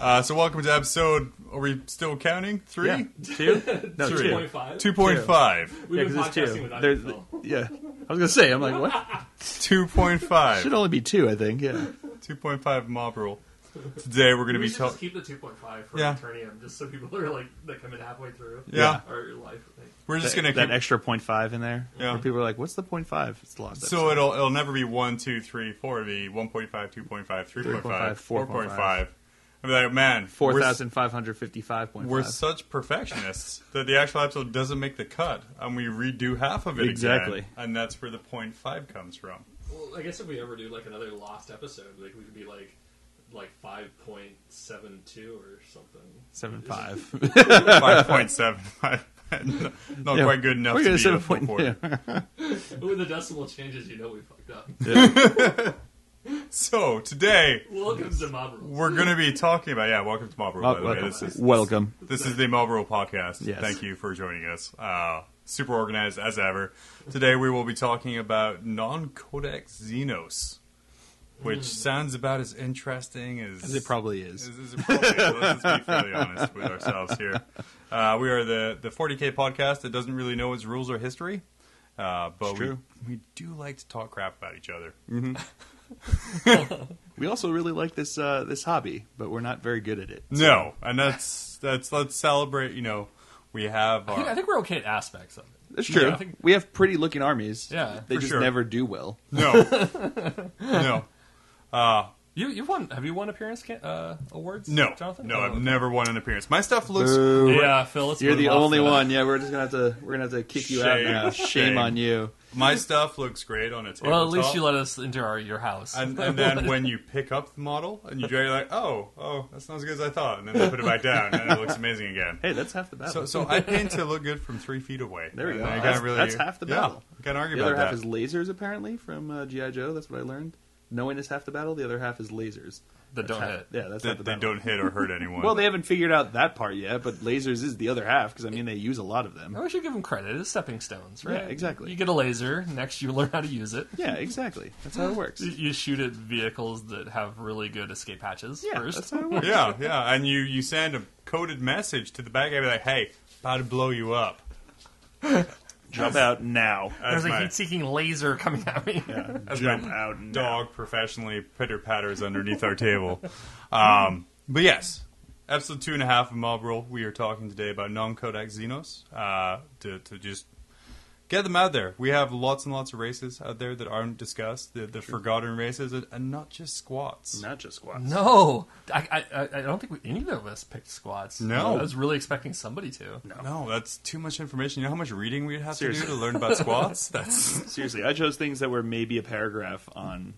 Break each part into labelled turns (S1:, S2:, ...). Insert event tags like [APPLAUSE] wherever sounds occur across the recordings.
S1: Uh, so welcome to episode. Are we still counting? Three,
S2: Yeah.
S1: [LAUGHS]
S2: Two? No,
S1: Three.
S2: two.
S3: 2.5.
S1: two point five,
S3: We've
S2: Yeah,
S3: been
S2: 'cause it's
S3: podcasting
S2: two.
S3: without
S2: There's-
S3: you, Phil.
S2: [LAUGHS] yeah. I was going to say, I'm like, what?
S1: two point five,
S2: should only be two,
S1: [LAUGHS]
S2: I think. Yeah.
S1: two point five mob rule. Today we're going to
S3: We
S1: be
S3: should
S1: talking.
S3: just keep the 2.5 for
S1: Yeah.
S3: Eternium, just so people [LAUGHS] are like, that come in halfway through.
S1: Yeah.
S3: Or your life. Like,
S1: We're just
S2: that,
S1: going
S2: that
S1: to.
S2: extra point five in there.
S1: Yeah.
S2: Where people are like, what's the point five? It's lost.
S1: So uh, it'll it'll never be one, two, three, four. It'll be one point five, two point five, three point five,
S2: 3.5,
S1: four point five. I'm like, man,
S2: four
S1: we're-
S2: thousand five hundred fifty-five point
S1: We're
S2: five.
S1: such perfectionists that the actual episode doesn't make the cut, and we redo half of it again.
S2: Exactly.
S1: and that's where the point five comes
S2: [LAUGHS]
S1: from.
S3: well, I guess if we ever do like another lost episode, like we could be like like 5.72 or something.
S2: Seven five.
S1: [LAUGHS] Five [LAUGHS] point seven, not
S2: Yeah.
S1: Oh, quite good enough
S2: We're
S1: to
S2: gonna
S1: be
S2: seven
S1: a full
S2: point-
S1: quarter.
S2: yeah.
S3: But when the decimal changes, you know we fucked up. [LAUGHS]
S1: So today
S3: Welcome to Mob Rules.
S1: we're going to be talking about yeah. Welcome to Marlboro. by the way, this is
S2: Welcome.
S1: this is the Marlboro podcast.
S2: Yes.
S1: Thank you for joining us. Uh, super organized as ever. Today we will be talking about non-codex Xenos, which sounds about as interesting as
S2: Hmm. As it probably is.
S1: This is appropriate. Let's just be fairly honest with ourselves here. Uh, we are the, the 40K podcast that doesn't really know its rules or history, uh, but
S2: It's
S1: we,
S2: true.
S1: we do like to talk crap about each other.
S2: We also really like this uh, this hobby, but we're not very good at it.
S1: No, and that's that's let's celebrate. You know, we have
S4: I think, I [LAUGHS]
S1: our
S4: think we're okay at aspects of it.
S2: That's true.
S4: Yeah, I think-
S2: we have pretty looking armies.
S4: Yeah,
S2: They
S1: for
S2: just
S1: sure.
S2: never do well.
S1: no, no,
S4: You you won? Have you won appearance ca- uh, awards?
S1: no,
S4: Jonathan?
S1: no.
S4: Oh,
S1: I've
S4: okay.
S1: never won an appearance. My stuff looks.
S2: Boo.
S4: Yeah, Phil. Let's
S2: You're
S4: move
S2: the
S4: off
S2: only
S4: that.
S2: one. Yeah, we're just gonna have to we're gonna have to kick you out
S1: Shame.
S2: now. Shame
S1: Shame.
S2: on you.
S1: My stuff looks great on a tabletop.
S4: Well, at least you let us into our your house.
S1: And, and
S4: [LAUGHS]
S1: then when you pick up the model and you draw, you're like, oh, oh, that's not as good as I thought. And then they put it back down, and it looks amazing again.
S2: Hey, that's half the battle.
S1: So, so I paint to look good from three feet away.
S2: There we
S1: And
S2: go.
S1: I
S2: That's-
S1: can't really,
S2: that's half the battle.
S1: Yeah, I can't argue
S2: the other
S1: about
S2: half
S1: that.
S2: is lasers, apparently, from uh, GI Joe. That's what I learned. Knowing is half the battle. The other half is lasers.
S4: that don't
S2: Half-
S4: hit.
S2: Yeah, that's
S1: that
S2: half the
S1: they
S2: battle.
S1: don't hit or hurt anyone.
S2: Well, they haven't figured out that part yet, but lasers is the other half because I mean they use a lot of them.
S4: No, we should give them credit. It's stepping stones, right?
S2: Yeah, exactly.
S4: You get a laser. Next, you [LAUGHS] learn how to use it.
S2: Yeah, exactly. That's how it works.
S4: You- You shoot at vehicles that have really good escape hatches
S2: Yeah,
S4: first.
S2: that's how it works.
S1: yeah, yeah. And you you send a coded message to the bad guy, be like, hey, about to blow you up.
S2: Jump out now.
S1: That's
S4: There's a
S1: my-
S4: heat-seeking laser coming at me.
S1: that's my
S2: Jump
S1: [LAUGHS]
S2: out now.
S1: dog professionally pitter patters underneath our table. Um, but yes, episode two and a half of Mob Rule. We are talking today about non Codex Xenos uh, to, to just get them out there. We have lots and lots of races out there that aren't discussed, the, the forgotten races, and, and not just squats.
S2: Not just squats.
S4: [LAUGHS] No, I, I- I I don't think we, any of us picked squats.
S1: No.
S4: I was really expecting somebody to.
S1: No, that's too much information. You know how much reading we'd have to do
S2: Seriously.
S1: to learn about [LAUGHS] squats? That's
S2: Seriously, I chose things that were maybe a paragraph on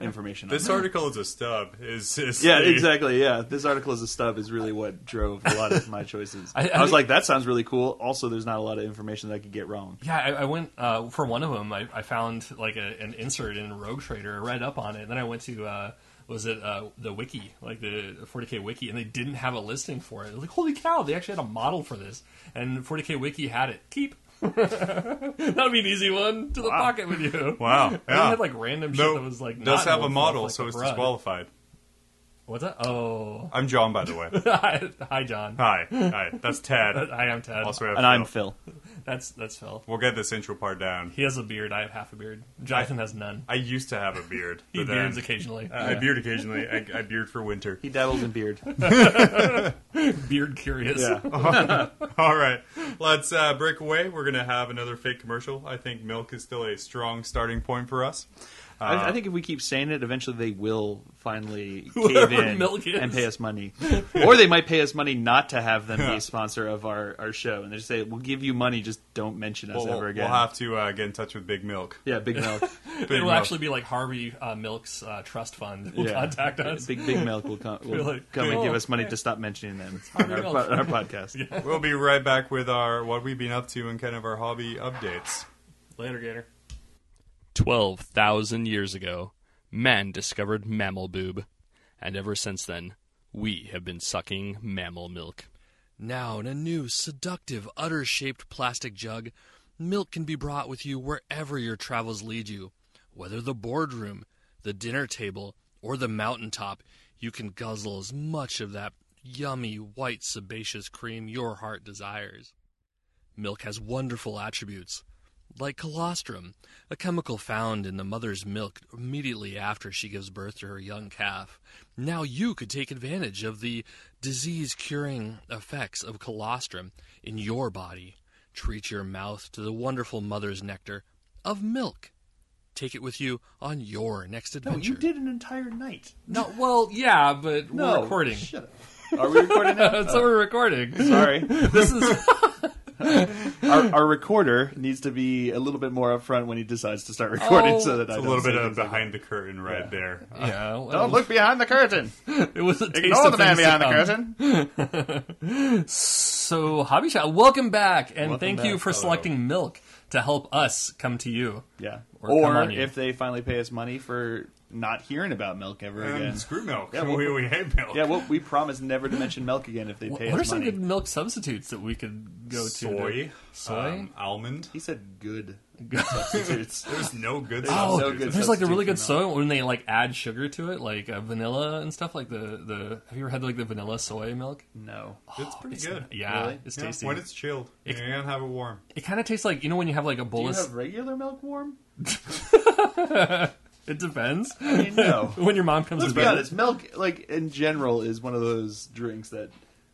S2: information. on
S1: this
S2: that.
S1: article is a stub. Is, is
S2: Yeah,
S1: the-
S2: exactly. Yeah, this article as a stub is really what drove a lot of my choices. I,
S4: I- I
S2: was
S4: think-
S2: like, that sounds really cool. Also, there's not a lot of information that I could get wrong.
S4: Yeah, I, I went uh, for one of them. I, I found like a, an insert in Rogue Trader. I read up on it. And then I went to uh, was it uh, the wiki, like the 40k wiki, and they didn't have a listing for it. I was like, holy cow, they actually had a model for this, and 40k wiki had it. Keep. [LAUGHS] That'd be an easy one to the pocket with you.
S1: Wow,
S4: And
S1: yeah.
S4: They had like random shit
S1: No,
S4: that was like
S1: does
S4: not
S1: have a
S4: known for,
S1: model,
S4: like,
S1: so
S4: the
S1: it's
S4: Brud.
S1: disqualified.
S4: What's that? Oh, [LAUGHS]
S1: I'm John, by the way.
S4: hi, John. Uh,
S1: Hi, hi. That's Tad.
S4: I am Ted.
S1: Also, we have
S2: And I'm
S1: Phil.
S2: Phil.
S4: That's that's Phil.
S1: We'll get this intro part down.
S4: He has a beard. I have half a beard. Jonathan has none.
S1: I used to have a beard.
S4: He
S1: but then- Uh,
S4: beards occasionally.
S1: I I beard occasionally.
S4: [LAUGHS]
S1: I, I beard for winter.
S2: He dabbles in [LAUGHS] beard.
S4: beard curious. [LAUGHS]
S1: All right, let's uh, break away. We're gonna have another fake commercial. I think milk is still a strong starting point for us. Uh,
S2: I, I think if we keep saying it, eventually they will finally cave in
S4: Milk is.
S2: and pay us money. or they might pay us money not to have them be a sponsor of our, our show. And they just say, we'll give you money, just don't mention us
S1: We'll,
S2: ever
S1: we'll
S2: again.
S1: have to uh, get in touch with Big Milk.
S2: yeah, Big Milk.
S1: Big
S4: It'll
S1: Milk.
S4: actually be like Harvey uh, Milk's uh, trust fund will
S2: yeah.
S4: contact us.
S2: Big, Big Milk will come, will
S4: like,
S2: come and
S4: "Oh,
S2: give us money to stop mentioning them on our,
S4: Milk."
S2: po- on our podcast.
S1: We'll be right back with our what we've been up to and kind of our hobby updates.
S4: Later, Gator.
S5: 12,000 years ago, man discovered mammal boob, and ever since then, we have been sucking mammal milk.
S6: Now, in a new, seductive, udder shaped plastic jug, milk can be brought with you wherever your travels lead you. Whether the boardroom, the dinner table, or the mountaintop, you can guzzle as much of that yummy white sebaceous cream your heart desires. Milk has wonderful attributes, like colostrum, a chemical found in the mother's milk immediately after she gives birth to her young calf. Now you could take advantage of the disease curing effects of colostrum in your body. Treat your mouth to the wonderful mother's nectar of milk. Take it with you on your next
S2: No,
S6: adventure.
S2: you did an entire night.
S4: No, well, yeah, but we're
S6: [LAUGHS]
S4: recording.
S2: Shut up. [LAUGHS] Are we recording now?
S4: That's what we're recording.
S2: Sorry.
S4: This is
S2: [LAUGHS] Our, our recorder needs to be a little bit more upfront when he decides to start recording
S4: Oh,
S2: so that I
S1: a
S2: don't
S1: little
S2: say
S1: bit of
S2: things like
S1: behind the curtain right there.
S4: yeah.
S6: [LAUGHS]
S2: [LAUGHS]
S4: well, [LAUGHS]
S2: Don't look behind the curtain.
S4: It was a taste
S2: Ignore
S4: of
S2: the man
S4: things to
S2: behind the
S4: come.
S2: curtain.
S4: So, Hobby Shop, welcome back, and
S2: Welcome
S4: thank
S2: back.
S4: you for
S2: Hello.
S4: selecting milk to help us come to you.
S2: Yeah.
S4: Or
S2: Or,
S4: come on you.
S2: if they finally pay us money for not hearing about milk ever
S1: And
S2: again.
S1: screw milk.
S2: Yeah,
S1: we,
S2: well-
S1: we hate milk.
S2: Yeah, well, we promise never to mention milk again if they
S4: What
S2: pay
S4: are
S2: us
S4: some
S2: money.
S4: good milk substitutes that we could go to?
S1: soy,
S4: to- Soy?
S1: um, almond.
S2: He said good substitutes.
S1: There's no good.
S4: Oh,
S2: so
S1: substitutes.
S2: good.
S4: there's like the really good
S2: substitute for
S4: soy when they like add sugar to it, like uh, vanilla and stuff. Like the the have you ever had like the vanilla soy milk?
S2: no.
S1: It's pretty good.
S4: Yeah,
S2: Really?
S4: it's
S1: Yeah,
S4: tasty.
S1: when it's chilled, you can't have it warm.
S4: it kind of tastes like you know when you have like a
S2: Do
S4: bowl
S2: you
S4: of.
S2: have regular milk warm?
S4: It depends.
S2: I mean, [LAUGHS] no.
S4: [LAUGHS] when your mom comes
S2: Let's
S4: to
S2: be
S4: bed,
S2: honest. Milk, like in general, is one of those drinks that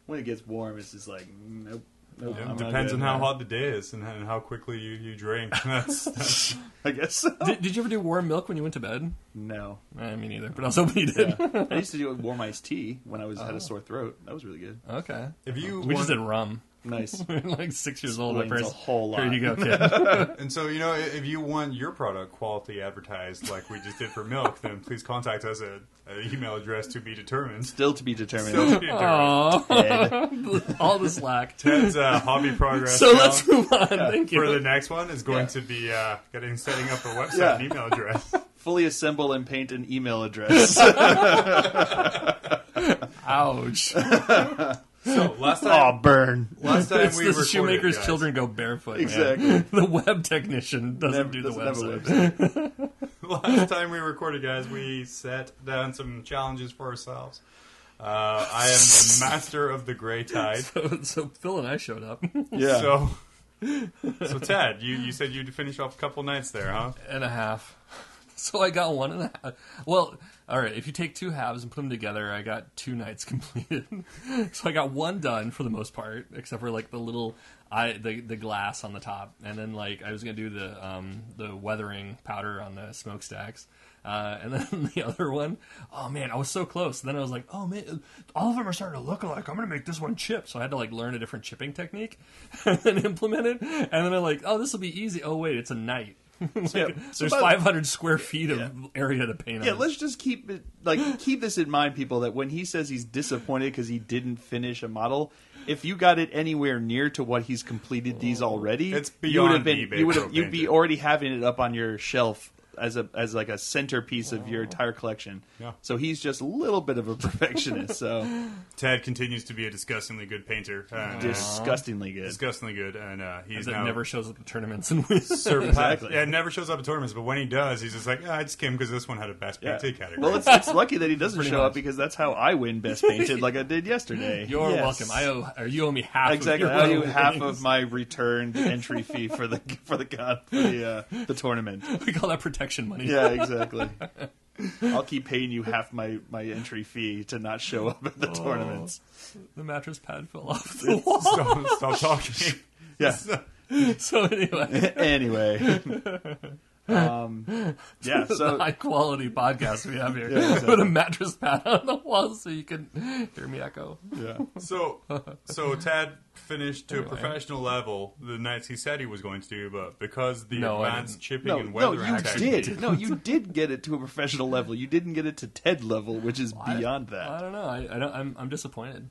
S2: when it gets warm, it's just like nope. nope
S1: It
S2: I'm not
S1: depends
S2: good,
S1: on how
S2: man.
S1: hot the day is and, and how quickly you, you drink. [LAUGHS] That's, that's
S2: I guess. [LAUGHS] so.
S4: Did, did you ever do warm milk when you went to bed?
S2: no.
S4: Eh, me neither. But I was [LAUGHS] hoping you did.
S2: I used to do warm iced tea when I was had a sore throat. That was really good.
S4: okay.
S1: if you
S4: We just
S1: want-
S4: did rum.
S2: Nice.
S4: [LAUGHS] We're like six years old. My
S2: Explains
S4: first.
S2: a whole lot.
S4: Here you go, kid.
S1: And so, you know, i- if you want your product quality advertised like we just did for milk, [LAUGHS] then please contact us at an email address to be determined. [LAUGHS]
S2: Still to be determined.
S1: Still to be determined.
S2: Ed.
S4: All the
S1: [LAUGHS]
S4: slack.
S1: Ted's uh, hobby progress
S4: So
S1: now
S4: let's move on. Thank you.
S1: for the next one is going to be uh, getting setting [LAUGHS] up a website and
S2: Yeah.
S1: email address.
S2: Fully assemble and paint an email address.
S4: Ouch.
S1: [LAUGHS] So last
S2: oh,
S1: time,
S2: burn.
S1: last time
S4: That's
S1: we
S4: the
S1: recorded,
S4: shoemaker's
S1: guys.
S4: children go barefoot. man.
S2: Exactly.
S4: [LAUGHS] The web technician doesn't
S2: Never-
S4: do the
S2: doesn't have a
S4: website.
S2: website.
S1: [LAUGHS] Last time we recorded, guys, we set down some challenges for ourselves. Uh, I am [LAUGHS] the master of the gray tide.
S4: So, [LAUGHS] so Phil and I showed up,
S2: Yeah.
S1: So, so Ted, you, you said you'd finish off a couple nights there, huh?
S4: and a half. [LAUGHS] So I got one and a half. Well, all right. If you take two halves and put them together, I got two nights [LAUGHS] completed. so I got one done for the most part, except for like the little I the the glass on the top, and then like I was gonna do the um the weathering powder on the smokestacks. Uh, and [LAUGHS] then the other one, oh man, I was so close. And then I was like, oh man, all of them are starting to look alike. I'm gonna make this one chip. So I had to like learn a different chipping technique [LAUGHS] and then implement it. And then I'm like, oh, this will be easy. Oh wait, it's a night. [LAUGHS] Like,
S2: Yeah. So
S4: There's
S2: by the-
S4: 500 square feet of area to paint
S2: Yeah,
S4: on.
S2: let's just keep it like [GASPS] keep this in mind, people. That when he says he's disappointed because he didn't finish a model, if you got it anywhere near to what he's completed these already,
S1: It's
S2: you would
S1: beyond
S2: have been
S1: eBay
S2: you would have
S1: propane.
S2: you'd be already having it up on your shelf as a as like a centerpiece of your entire collection.
S1: Yeah.
S2: So he's just a little bit of a perfectionist. so
S1: Ted continues to be a disgustingly good painter. and, uh,
S2: disgustingly good.
S1: disgustingly good, and uh, he's
S4: that
S1: now
S4: never shows up to tournaments and wins. [LAUGHS]
S1: surpassed.
S2: Exactly.
S1: Yeah, it never shows up at tournaments, but when he does, he's just like, ah, I just came because this one had a best
S2: Yeah.
S1: painted category.
S2: Well, it's, it's lucky that he doesn't
S4: Pretty
S2: show
S4: much.
S2: up because that's how I win best painted, like I did yesterday.
S4: [LAUGHS] You're
S2: Yes.
S4: welcome. I owe, or you owe me half.
S2: Exactly.
S4: Of
S2: I
S4: your
S2: owe
S4: winnings.
S2: half of my returned entry fee for the for the con, for the uh, the tournament.
S4: [LAUGHS] we call that protection money.
S2: Yeah, exactly. [LAUGHS] I'll keep paying you half my my entry fee to not show up at the tournaments.
S4: The mattress pad fell off the [LAUGHS] wall.
S1: stop, stop talking.
S2: Yeah.
S4: So anyway,
S2: [LAUGHS] anyway. Um, yeah.
S4: the
S2: [LAUGHS] So
S4: high quality podcast we have here.
S2: Yeah, exactly.
S4: Put a mattress pad [LAUGHS] on the wall so you can hear me echo.
S2: yeah.
S1: So, so Tad finished to
S4: Anyway.
S1: a professional level the nights he said he was going to, but because the
S4: No, I
S1: advanced
S4: didn't.
S1: chipping
S2: No,
S1: and
S2: no,
S1: weathering
S2: you
S1: technique-
S2: did. No, you did get it to a professional level. You didn't get it to TED level, which is beyond
S4: I
S2: that.
S4: don't know. I, I don't, I'm, I'm disappointed.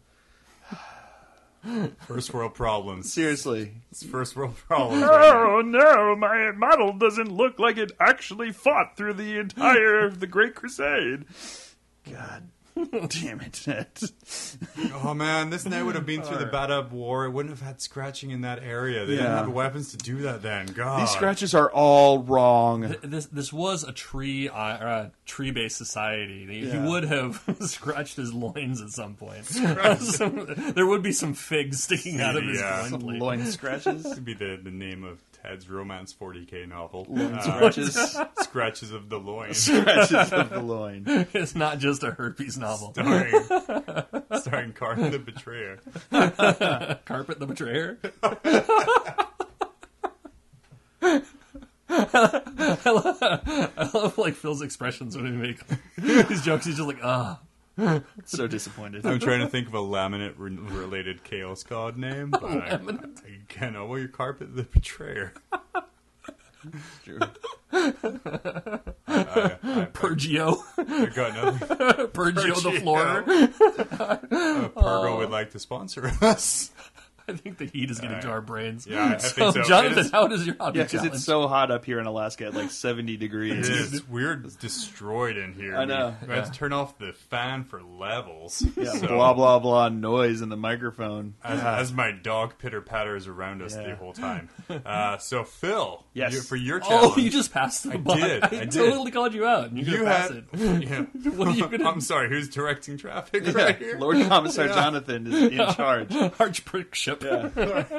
S1: first world problems.
S2: Seriously.
S1: It's first world problems.
S2: [LAUGHS]
S1: right here.
S2: Oh, no, my model doesn't look like it actually fought through the entire of the Great Crusade. God Damn it, Ned.
S1: Oh man, this knight would have been through the Badab War. It wouldn't have had scratching in that area. They didn't
S2: Yeah.
S1: have the weapons to do that then. God.
S2: These scratches are all [LAUGHS] wrong.
S4: This this was a tree uh, or a tree based society. He, he
S2: Yeah.
S4: would have [LAUGHS] scratched his loins at some point. [LAUGHS] Some- there would be some figs sticking out of his
S1: Yeah.
S4: loin
S1: Some
S4: blade.
S2: Loin [LAUGHS] scratches.
S1: would be the, the name of Ted's romance 40k novel.
S2: Loin
S1: Uh,
S2: [LAUGHS] scratches.
S1: scratches of the loin.
S2: Scratches of the loin.
S4: [LAUGHS] It's not just a herpes novel.
S1: Starring, starring Carl the Betrayer.
S4: Carpet the Betrayer. I, love, I love like Phil's expressions when he makes his jokes. He's just like, ah.
S2: So disappointed.
S1: I'm trying to think of a laminate re- related Chaos God name, but I, I can't. Oh, well, your carpet the Betrayer.
S4: Pergio,
S1: I got
S4: [LAUGHS]
S1: nothing.
S4: Pergio the
S1: Pergio.
S4: floor. Oh.
S1: Uh, Pergo would like to sponsor us.
S4: I think the heat is getting to our brains.
S1: Yeah, I
S4: so,
S1: think so.
S4: Jonathan,
S1: It is-
S4: how does your hobby
S2: Yeah, because
S4: challenge?
S2: it's so hot up here in Alaska at like 70
S1: It
S2: degrees.
S1: is. We're destroyed in here.
S2: I know,
S1: We, we have to turn off the fan for levels.
S2: Yeah,
S1: So,
S2: blah, blah, blah noise in the microphone.
S1: As, as my dog pitter patters around us
S2: Yeah.
S1: the whole time. Uh, so Phil,
S2: Yes.
S1: you- for your challenge,
S4: oh, you just passed the buck.
S1: did,
S4: [LAUGHS] I,
S1: I did.
S4: totally called you out. And you're
S1: you
S4: gonna pass
S1: had.
S4: it.
S1: [LAUGHS] Yeah.
S4: [LAUGHS] What are you
S1: [LAUGHS]
S4: gonna
S1: I'm sorry. Who's directing traffic
S2: Yeah,
S1: right here?
S2: [LAUGHS] Lord Commissar Jonathan is in [LAUGHS] charge.
S4: [LAUGHS] Archbishop?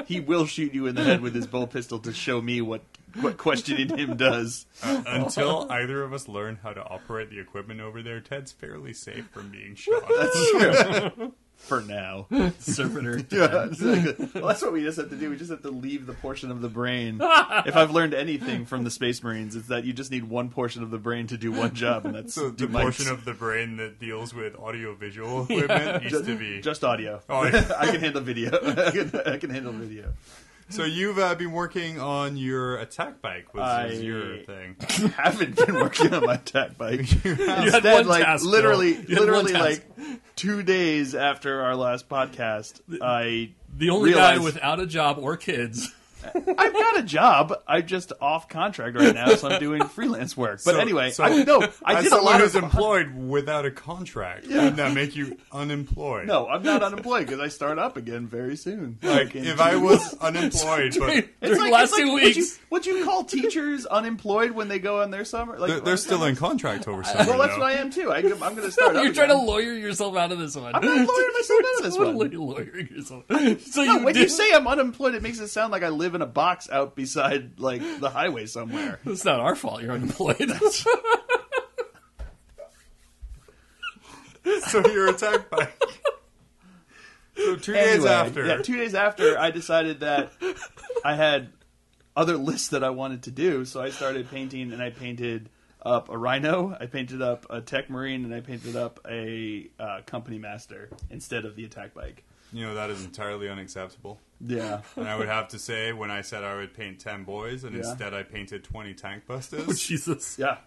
S2: He will shoot you in the head with his bow pistol to show me what, what questioning him does.
S1: [LAUGHS] Until either of us learn how to operate the equipment over there, Ted's fairly safe from [LAUGHS] being shot.
S2: That's true. For now. [LAUGHS]
S4: Serpenter.
S2: Yeah, exactly. Well, that's what we just have to do. We just have to leave the portion of the brain. If I've learned anything from the Space Marines, it's that you just need one portion of the brain to do one job, and that's
S1: so
S2: do
S1: the
S2: mics.
S1: portion of the brain that deals with audiovisual [LAUGHS] equipment needs
S2: just,
S1: to be
S2: just
S4: [LAUGHS]
S2: audio.
S4: Oh,
S1: Audio.
S2: [LAUGHS] I can handle video. I can, I can handle video. [LAUGHS]
S1: So you've uh, been working on your attack bike, which
S2: I-
S1: is your thing.
S2: haven't been working on my attack bike.
S4: [LAUGHS] You had
S2: Instead,
S4: one
S2: like
S4: task, Bill.
S2: literally,
S4: You had one
S2: literally
S4: task.
S2: like two days after our last podcast, I
S4: The only
S2: realized,
S4: guy without a job or kids.
S2: I've got a job. I'm just off contract right now, so
S1: [LAUGHS]
S2: I'm doing freelance work. But
S1: So-
S2: anyway,
S1: so-
S2: I no, I
S1: As
S2: did a
S1: someone
S2: lot
S1: who's
S2: of
S1: employed without a contract, wouldn't that make you unemployed?
S2: No, I'm not unemployed because I start up again very soon.
S1: Like
S2: In
S1: if
S2: two
S1: I
S2: weeks. [LAUGHS]
S1: was unemployed, but
S4: [LAUGHS] During the last two
S2: what you- [LAUGHS]
S4: weeks.
S2: what you call teachers unemployed when they go on their summer? Like
S1: they're, they're still in contract over summer.
S2: Well, that's
S1: though.
S2: what I am too. I, am going to start.
S4: You're
S2: up
S4: trying to
S2: again.
S4: lawyer yourself out of this one.
S1: [LAUGHS]
S2: I'm not lawyering myself out of this one.
S4: [LAUGHS] Totally lawyering yourself. So
S2: No,
S4: you
S2: when
S4: did,
S2: you say I'm unemployed, it makes it sound like I live in a box out beside like the highway somewhere.
S4: it's not our fault. You're unemployed.
S1: [LAUGHS]
S4: [LAUGHS]
S1: So your attack
S2: [LAUGHS]
S1: bike. So two days
S2: Anyway,
S1: after,
S2: yeah, two days after, I decided
S4: [LAUGHS]
S2: that I had other lists that I wanted to do, so I started painting, and I painted up a rhino, I painted up a tech marine, and I painted up a uh, company master instead of the attack bike.
S1: you know that is entirely unacceptable.
S2: Yeah,
S1: And I would have to say, when I said I would paint ten boys, and
S2: Yeah.
S1: instead I painted twenty tank busters. [LAUGHS]
S4: Oh, Jesus.
S2: yeah,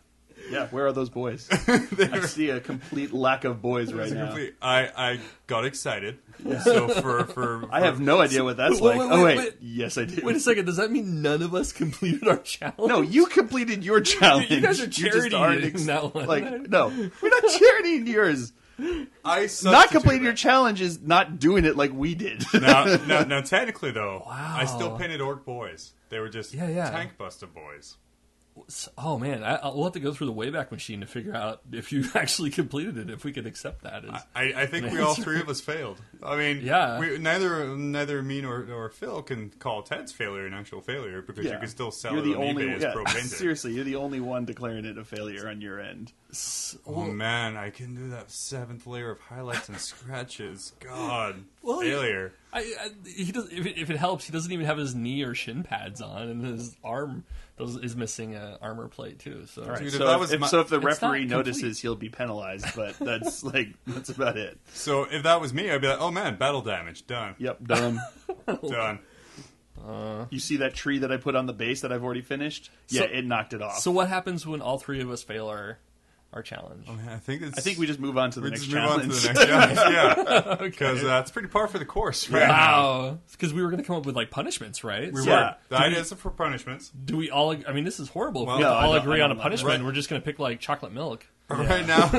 S2: yeah. Where are those boys?
S4: [LAUGHS]
S2: I see a complete lack of boys right now.
S1: Basically, I, I got excited. So for for,
S2: [LAUGHS] I have no idea what that's
S4: Wait,
S2: like.
S4: wait,
S2: oh
S4: wait,
S2: wait.
S4: wait.
S2: yes I do.
S4: Wait a second. Does that mean none of us completed our challenge?
S2: No, you completed your challenge.
S4: You guys are
S2: just aren't
S4: charitying that one.
S2: Like, no, we're
S4: [LAUGHS]
S2: not charitying yours.
S1: I
S2: Not
S1: substitute
S2: completing
S1: that.
S2: your challenge is not doing it like we did.
S1: now,
S2: [LAUGHS]
S1: now, now, technically though,
S4: Wow.
S1: I still painted orc boys. They were just
S4: Yeah, yeah.
S1: tank buster boys.
S4: Oh man, I, I'll we'll have to go through the Wayback Machine to figure out if you [LAUGHS] actually completed it. If we could accept that, as,
S1: I, I think we all three of us failed. I mean,
S4: Yeah.
S1: we, neither neither me nor, nor Phil can call Ted's failure an actual failure because you
S2: Yeah.
S1: can still sell
S2: You're
S1: it
S2: the
S1: on
S2: only
S1: eBay
S2: one.
S1: as
S2: [LAUGHS]
S1: pro
S2: Yeah,
S1: painted.
S2: seriously, you're the only one declaring it a failure on your end.
S1: Oh man, I can do that seventh layer of highlights and
S2: [LAUGHS]
S1: scratches. God,
S4: Well, you-
S1: failure.
S4: I, I, he does. If it, if it helps, he doesn't even have his knee or shin pads on, and his arm does, is missing a armor plate too. So
S1: Dude, if
S2: so,
S1: that
S2: if,
S1: was
S2: if-
S1: my-
S2: so if the
S4: It's
S2: referee
S4: not complete.
S2: notices, he'll be penalized. But that's [LAUGHS] like that's about it.
S1: So if that was me, I'd be like, oh man, battle damage done,
S2: Yep, done.
S1: done.
S2: you see that tree that I put on the base that I've already finished? Yeah,
S4: So-
S2: it knocked it off.
S4: so what happens when all three of us fail our our challenge?
S6: Oh,
S1: I think it's.
S2: I think we just move on to the
S1: we
S2: next
S1: just move
S2: challenge.
S1: on to
S2: [LAUGHS]
S1: the next challenge. Yeah, because uh, it's pretty par for the course. Right now.
S4: Wow, because we were going to come up with like punishments, right?
S1: We
S4: So
S2: Yeah.
S1: were. The ideas are for punishments.
S4: Do we all? ag- I mean, this is horrible. if
S1: Well,
S4: we
S1: no,
S4: all
S2: I don't-
S4: agree
S2: I
S4: on a
S2: don't like
S4: punishment.
S1: that.
S4: We're just going to pick like chocolate milk.
S1: right
S2: [LAUGHS]
S1: now.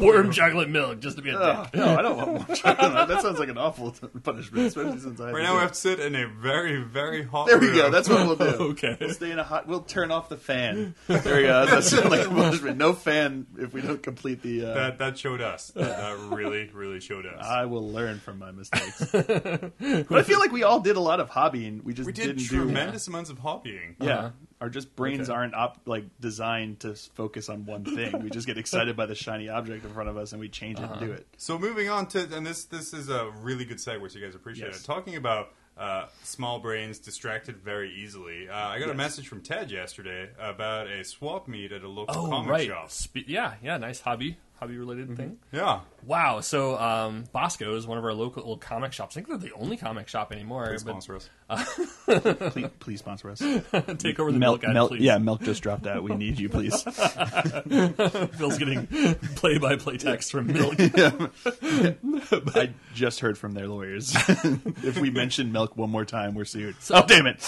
S4: [LAUGHS]
S6: Worm chocolate milk, just to be a dick.
S2: Ugh, Oh, no, I don't want more [LAUGHS] chocolate. that sounds like an awful [LAUGHS] punishment, especially since I.
S1: Right now, we have to sit in a very, very hot.
S2: There we
S1: room.
S2: go. That's what we'll [LAUGHS] do.
S4: Okay.
S2: We'll stay in a hot. We'll turn off the [LAUGHS] fan. There we go. That's certainly a punishment. No fan if we don't complete the. Uh,
S1: that that showed us. That, that really, really showed us.
S2: I will learn from my [LAUGHS] mistakes. but I feel like we all did a lot of hobbying. We just
S1: we did
S2: not
S1: tremendous amounts of hobbying.
S2: do. Yeah. Our just brains aren't op- like designed to s- focus on one thing. We just get excited by the shiny object in front of us and we change it and do it.
S1: So moving on to, and this this is a really good segue, so you guys appreciate
S2: Yes.
S1: it. Talking about uh, small brains distracted very easily. Uh, I got a message from Ted yesterday about a swap meet at a local
S4: Oh,
S1: comic
S4: right.
S1: shop.
S4: Spe- yeah, yeah, nice hobby, hobby related
S6: Mm-hmm.
S4: thing.
S1: Yeah,
S4: Wow. So um, Bosco is one of our local comic shops. I think they're the only comic shop anymore.
S1: Please
S4: but
S1: sponsor us.
S2: Please, please sponsor us.
S4: Take over
S2: [LAUGHS]
S4: the
S2: Milk,
S4: milk, ad,
S2: milk
S4: please. [LAUGHS]
S2: yeah, milk just dropped out. We need you, [LAUGHS] please.
S4: Phil's getting [LAUGHS] play by play text
S2: [LAUGHS]
S4: from milk.
S2: I just heard from their lawyers. [LAUGHS] if we mention milk one more time, we're sued. oh, damn it!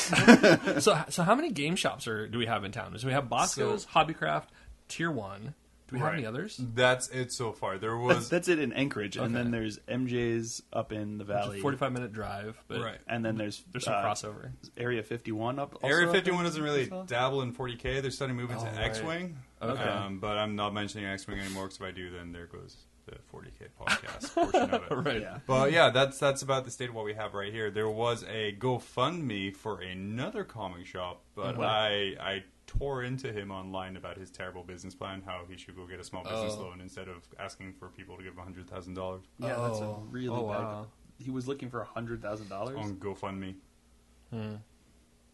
S4: so, so how many game shops are do we have in town? So we have Bosco's, Hobbycraft, Tier One. Do we have
S1: Right.
S4: any others?
S1: That's it so far. There
S2: That's,
S1: was
S2: that's it in Anchorage, and
S4: Okay.
S2: then there's MJ's up in the valley,
S4: Forty-five minute drive, but
S1: Right.
S2: and then there's
S4: there's some
S2: uh,
S4: crossover.
S2: Area 51 up. Also
S1: Area
S2: up there?
S1: 51 doesn't really dabble in 40k. They're starting to move into
S4: Oh, right.
S1: X-wing.
S4: Okay.
S1: Um, but I'm not mentioning X-wing anymore because if I do, then there goes the 40k podcast portion of it.
S4: [LAUGHS] Right.
S2: Yeah.
S1: But yeah, that's that's about the state of what we have right here. There was a GoFundMe for another comic shop, but
S4: Mm-hmm.
S1: I I tore into him online about his terrible business plan, how he should go get a small business
S4: Oh.
S1: loan instead of asking for people to give hundred thousand dollars
S2: Yeah, that's a
S4: Oh.
S2: really
S4: Oh,
S2: bad.
S4: wow.
S2: He was looking for hundred thousand dollars.
S1: on GoFundMe.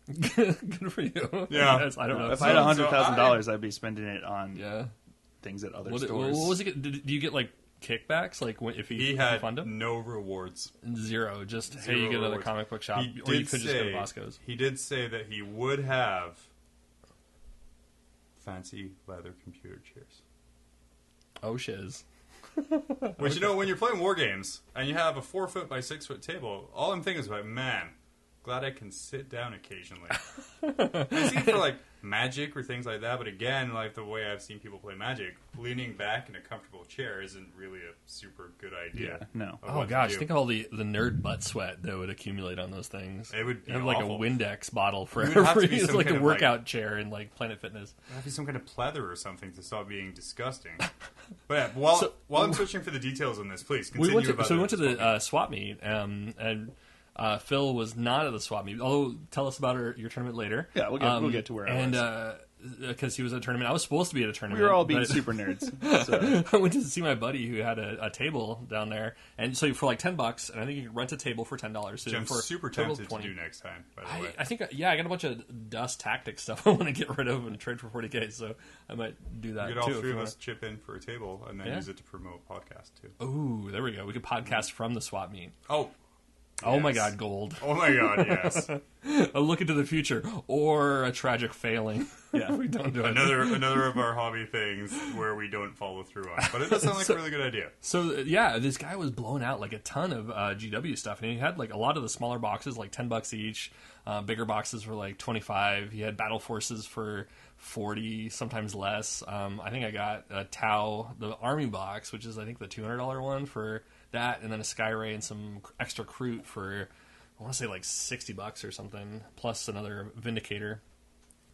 S4: Good for you.
S1: Yeah.
S4: [LAUGHS] Yes, I don't know.
S2: If I had
S1: So-
S2: hundred thousand dollars,
S1: so
S2: I'd be spending it on
S4: yeah.
S2: things at other
S4: What, what
S2: stores.
S4: was it? Did, do you get like kickbacks? Like when, if you
S1: He had
S4: fund him?
S1: no rewards.
S4: Zero. Just
S1: Zero
S4: hey, you get another
S1: rewards.
S4: comic book shop,
S1: He
S4: or you
S1: did
S4: could just go to
S1: say-
S4: Bosco's.
S1: He did say that he would have fancy leather computer chairs.
S4: Oh shiz.
S1: Which you know, when you're playing war games and you have a four foot by six foot table, all I'm thinking is about, man, glad I can sit down occasionally. I see it for
S4: [LAUGHS]
S1: like magic or things like that, but again, like the way I've seen people play magic, leaning back in a comfortable chair isn't really a super good idea.
S2: no.
S1: of
S4: Oh
S1: what to
S4: gosh,
S1: do.
S4: think of all the, the nerd butt sweat that would accumulate on those things.
S1: It would be
S4: have like
S1: awful.
S4: a Windex bottle for
S1: It would have to
S4: every [LAUGHS]
S1: be
S4: it's
S1: some
S4: like
S1: kind
S4: a
S1: of, like-
S4: workout chair in like Planet Fitness.
S1: That'd be some kind of pleather or something to stop being disgusting. but yeah, while
S4: So-
S1: while I'm searching for the details on this, please continue
S4: we went to,
S1: about
S4: so we went to
S1: this
S4: the
S1: topic.
S4: uh, swap meet, um, and uh, Phil was not at the swap meet. Although, tell us about our, your tournament later. Um,
S2: Yeah, we'll get- we'll get to where I
S4: and
S2: was.
S4: because he was at a tournament, I was supposed to be at a
S2: we
S4: tournament.
S2: were all being
S4: but-
S2: super nerds. So.
S4: [LAUGHS] I went to see my buddy who had a, a table down there, and so for like ten bucks, and I think you could rent a table for ten dollars.
S1: Which
S4: So
S1: I'm
S4: for a
S1: super
S4: total of
S1: tempted to
S4: 20.
S1: do next time. By the
S4: uh, I,
S1: way,
S4: I think uh, yeah, I got a bunch of dust tactics stuff [LAUGHS] I want to get rid of and trade for forty k. So I might do that
S1: get
S4: too.
S1: all
S4: if
S1: three
S4: you
S1: of
S4: wanna-
S1: us chip in for a table and then
S4: Yeah. Oh.
S1: use it to promote podcast too.
S4: Ooh, there we go. We could podcast from the swap meet.
S1: Oh,
S4: Oh my
S1: Mm. Yes.
S4: god, gold! [LAUGHS]
S1: oh my god, yes,
S4: a look into the future or a tragic failing. [LAUGHS]
S2: Yeah.
S4: we don't do it.
S1: another another of our hobby things where we don't follow through on. But it does sound like a really good idea.
S4: So uh, yeah, this guy was blowing out like a ton of uh, GW stuff, and he had like a lot of the smaller boxes, like ten bucks each. Uh, bigger boxes were like twenty five. He had battle forces for forty, sometimes less. Um, I think I got a Tau, the army box, which is I think the two hundred dollar one for that, and then a Skyray and some c- extra Crute for I want to say like sixty bucks or something, plus another Vindicator.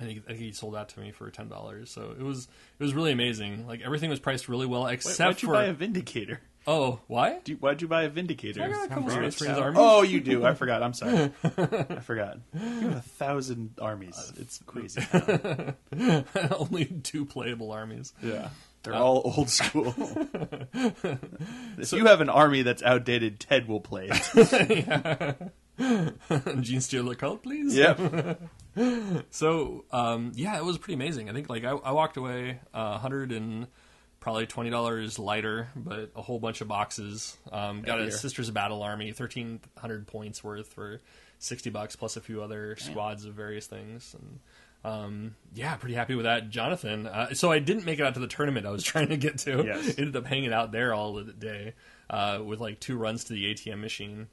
S4: I think, I think he sold that to me for ten dollars. So it was it was really amazing. Like everything was priced really well, except
S2: Why'd you
S4: for
S2: buy a vindicator?
S4: Oh, why? [LAUGHS]
S2: Do you, why'd you buy a vindicator?
S4: I got a couple Space Marines armies.
S2: Oh, you do. I forgot. I'm
S4: [LAUGHS]
S2: sorry. I forgot. You have a thousand armies.
S4: [LAUGHS]
S2: It's crazy.
S4: Only two playable armies. [LAUGHS]
S2: yeah. They're all old school. if you have an army that's outdated, Ted will play [LAUGHS] it.
S4: Gene Steele Lecoult, please.
S2: yep.
S4: So, um, yeah, it was pretty amazing. I think like I, I walked away uh, hundred and probably twenty dollars lighter, but a whole bunch of boxes. Um, got a
S2: Heavier.
S4: Sisters of Battle Army, thirteen hundred points worth for sixty bucks, plus a few other squads of various things. And um, yeah, pretty happy with that, Jonathan. Uh, so I didn't make it out to the tournament I was [LAUGHS] trying to get to.
S2: Yes.
S4: [LAUGHS] Ended up hanging out there all of the day uh, with like two runs to the ATM machine.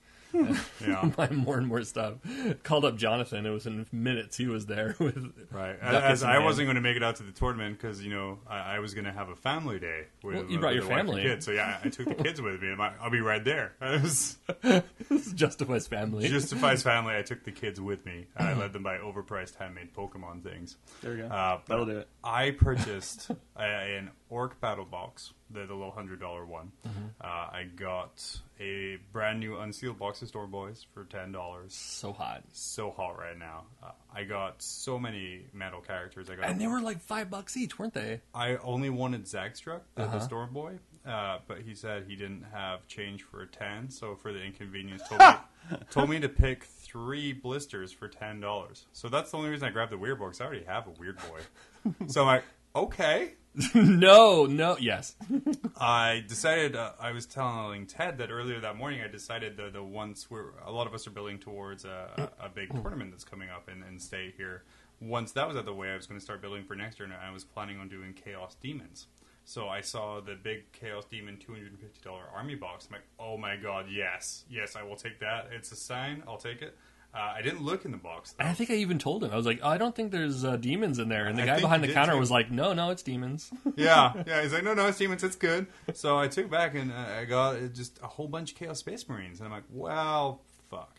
S1: Yeah.
S4: [LAUGHS] buying more and more stuff. Called up Jonathan. It was in minutes. He was there [LAUGHS] with
S1: Right.
S4: buckets
S1: As
S4: in
S1: I
S4: hand.
S1: wasn't going to make it out to the tournament because you know I, I was going to have a family day. With, uh,
S4: Well, you brought
S1: with
S4: your
S1: the wife and
S4: family.
S1: kids. So yeah, I took the kids with me. and I- I'll be right there. [LAUGHS] It was-
S4: Justifies family.
S1: justifies family. I took the kids with me. I led them by overpriced handmade Pokemon things.
S2: [LAUGHS] There we go.
S1: Uh, but
S2: That'll do it.
S1: I purchased a, an orc battle box, the, the little hundred dollar one. Uh, I got a brand new unsealed box of Storm Boys for ten dollars.
S4: so hot.
S1: So hot right now. Uh, I got so many metal characters. I got
S4: And they were like five bucks each, weren't they?
S1: I only wanted Zagstruck, the, the storm boy, uh, but he said he didn't have change for a ten, so for the inconvenience, told
S4: [LAUGHS]
S1: me, told me to pick three blisters for ten dollars. So that's the only reason I grabbed the weird boy, 'cause I already have a weird boy.
S4: [LAUGHS]
S1: so I'm like, okay.
S4: [LAUGHS] No, no, yes.
S1: I decided uh, I was telling Ted that earlier that morning. I decided the the once we're a lot of us are building towards a, a, a big tournament that's coming up and, and stay here. Once that was out of the way, I was going to start building for next year, and I was planning on doing Chaos Demons. So I saw the big Chaos Demon two hundred and fifty dollar army box. I'm like, oh my god, yes, yes, I will take that. It's a sign. I'll take it. Uh, I didn't look in the box though.
S4: And I think I even told him. I was like, oh, I don't think there's uh, demons in there. And the
S1: I
S4: guy
S1: think
S4: behind
S1: you
S4: the
S1: did
S4: counter
S1: too.
S4: was like, no, no, it's demons. [LAUGHS]
S1: yeah, yeah. He's like, no, no, it's demons. It's good. So I took back and uh, I got uh, just a whole bunch of Chaos Space Marines, and I'm like, well, fuck.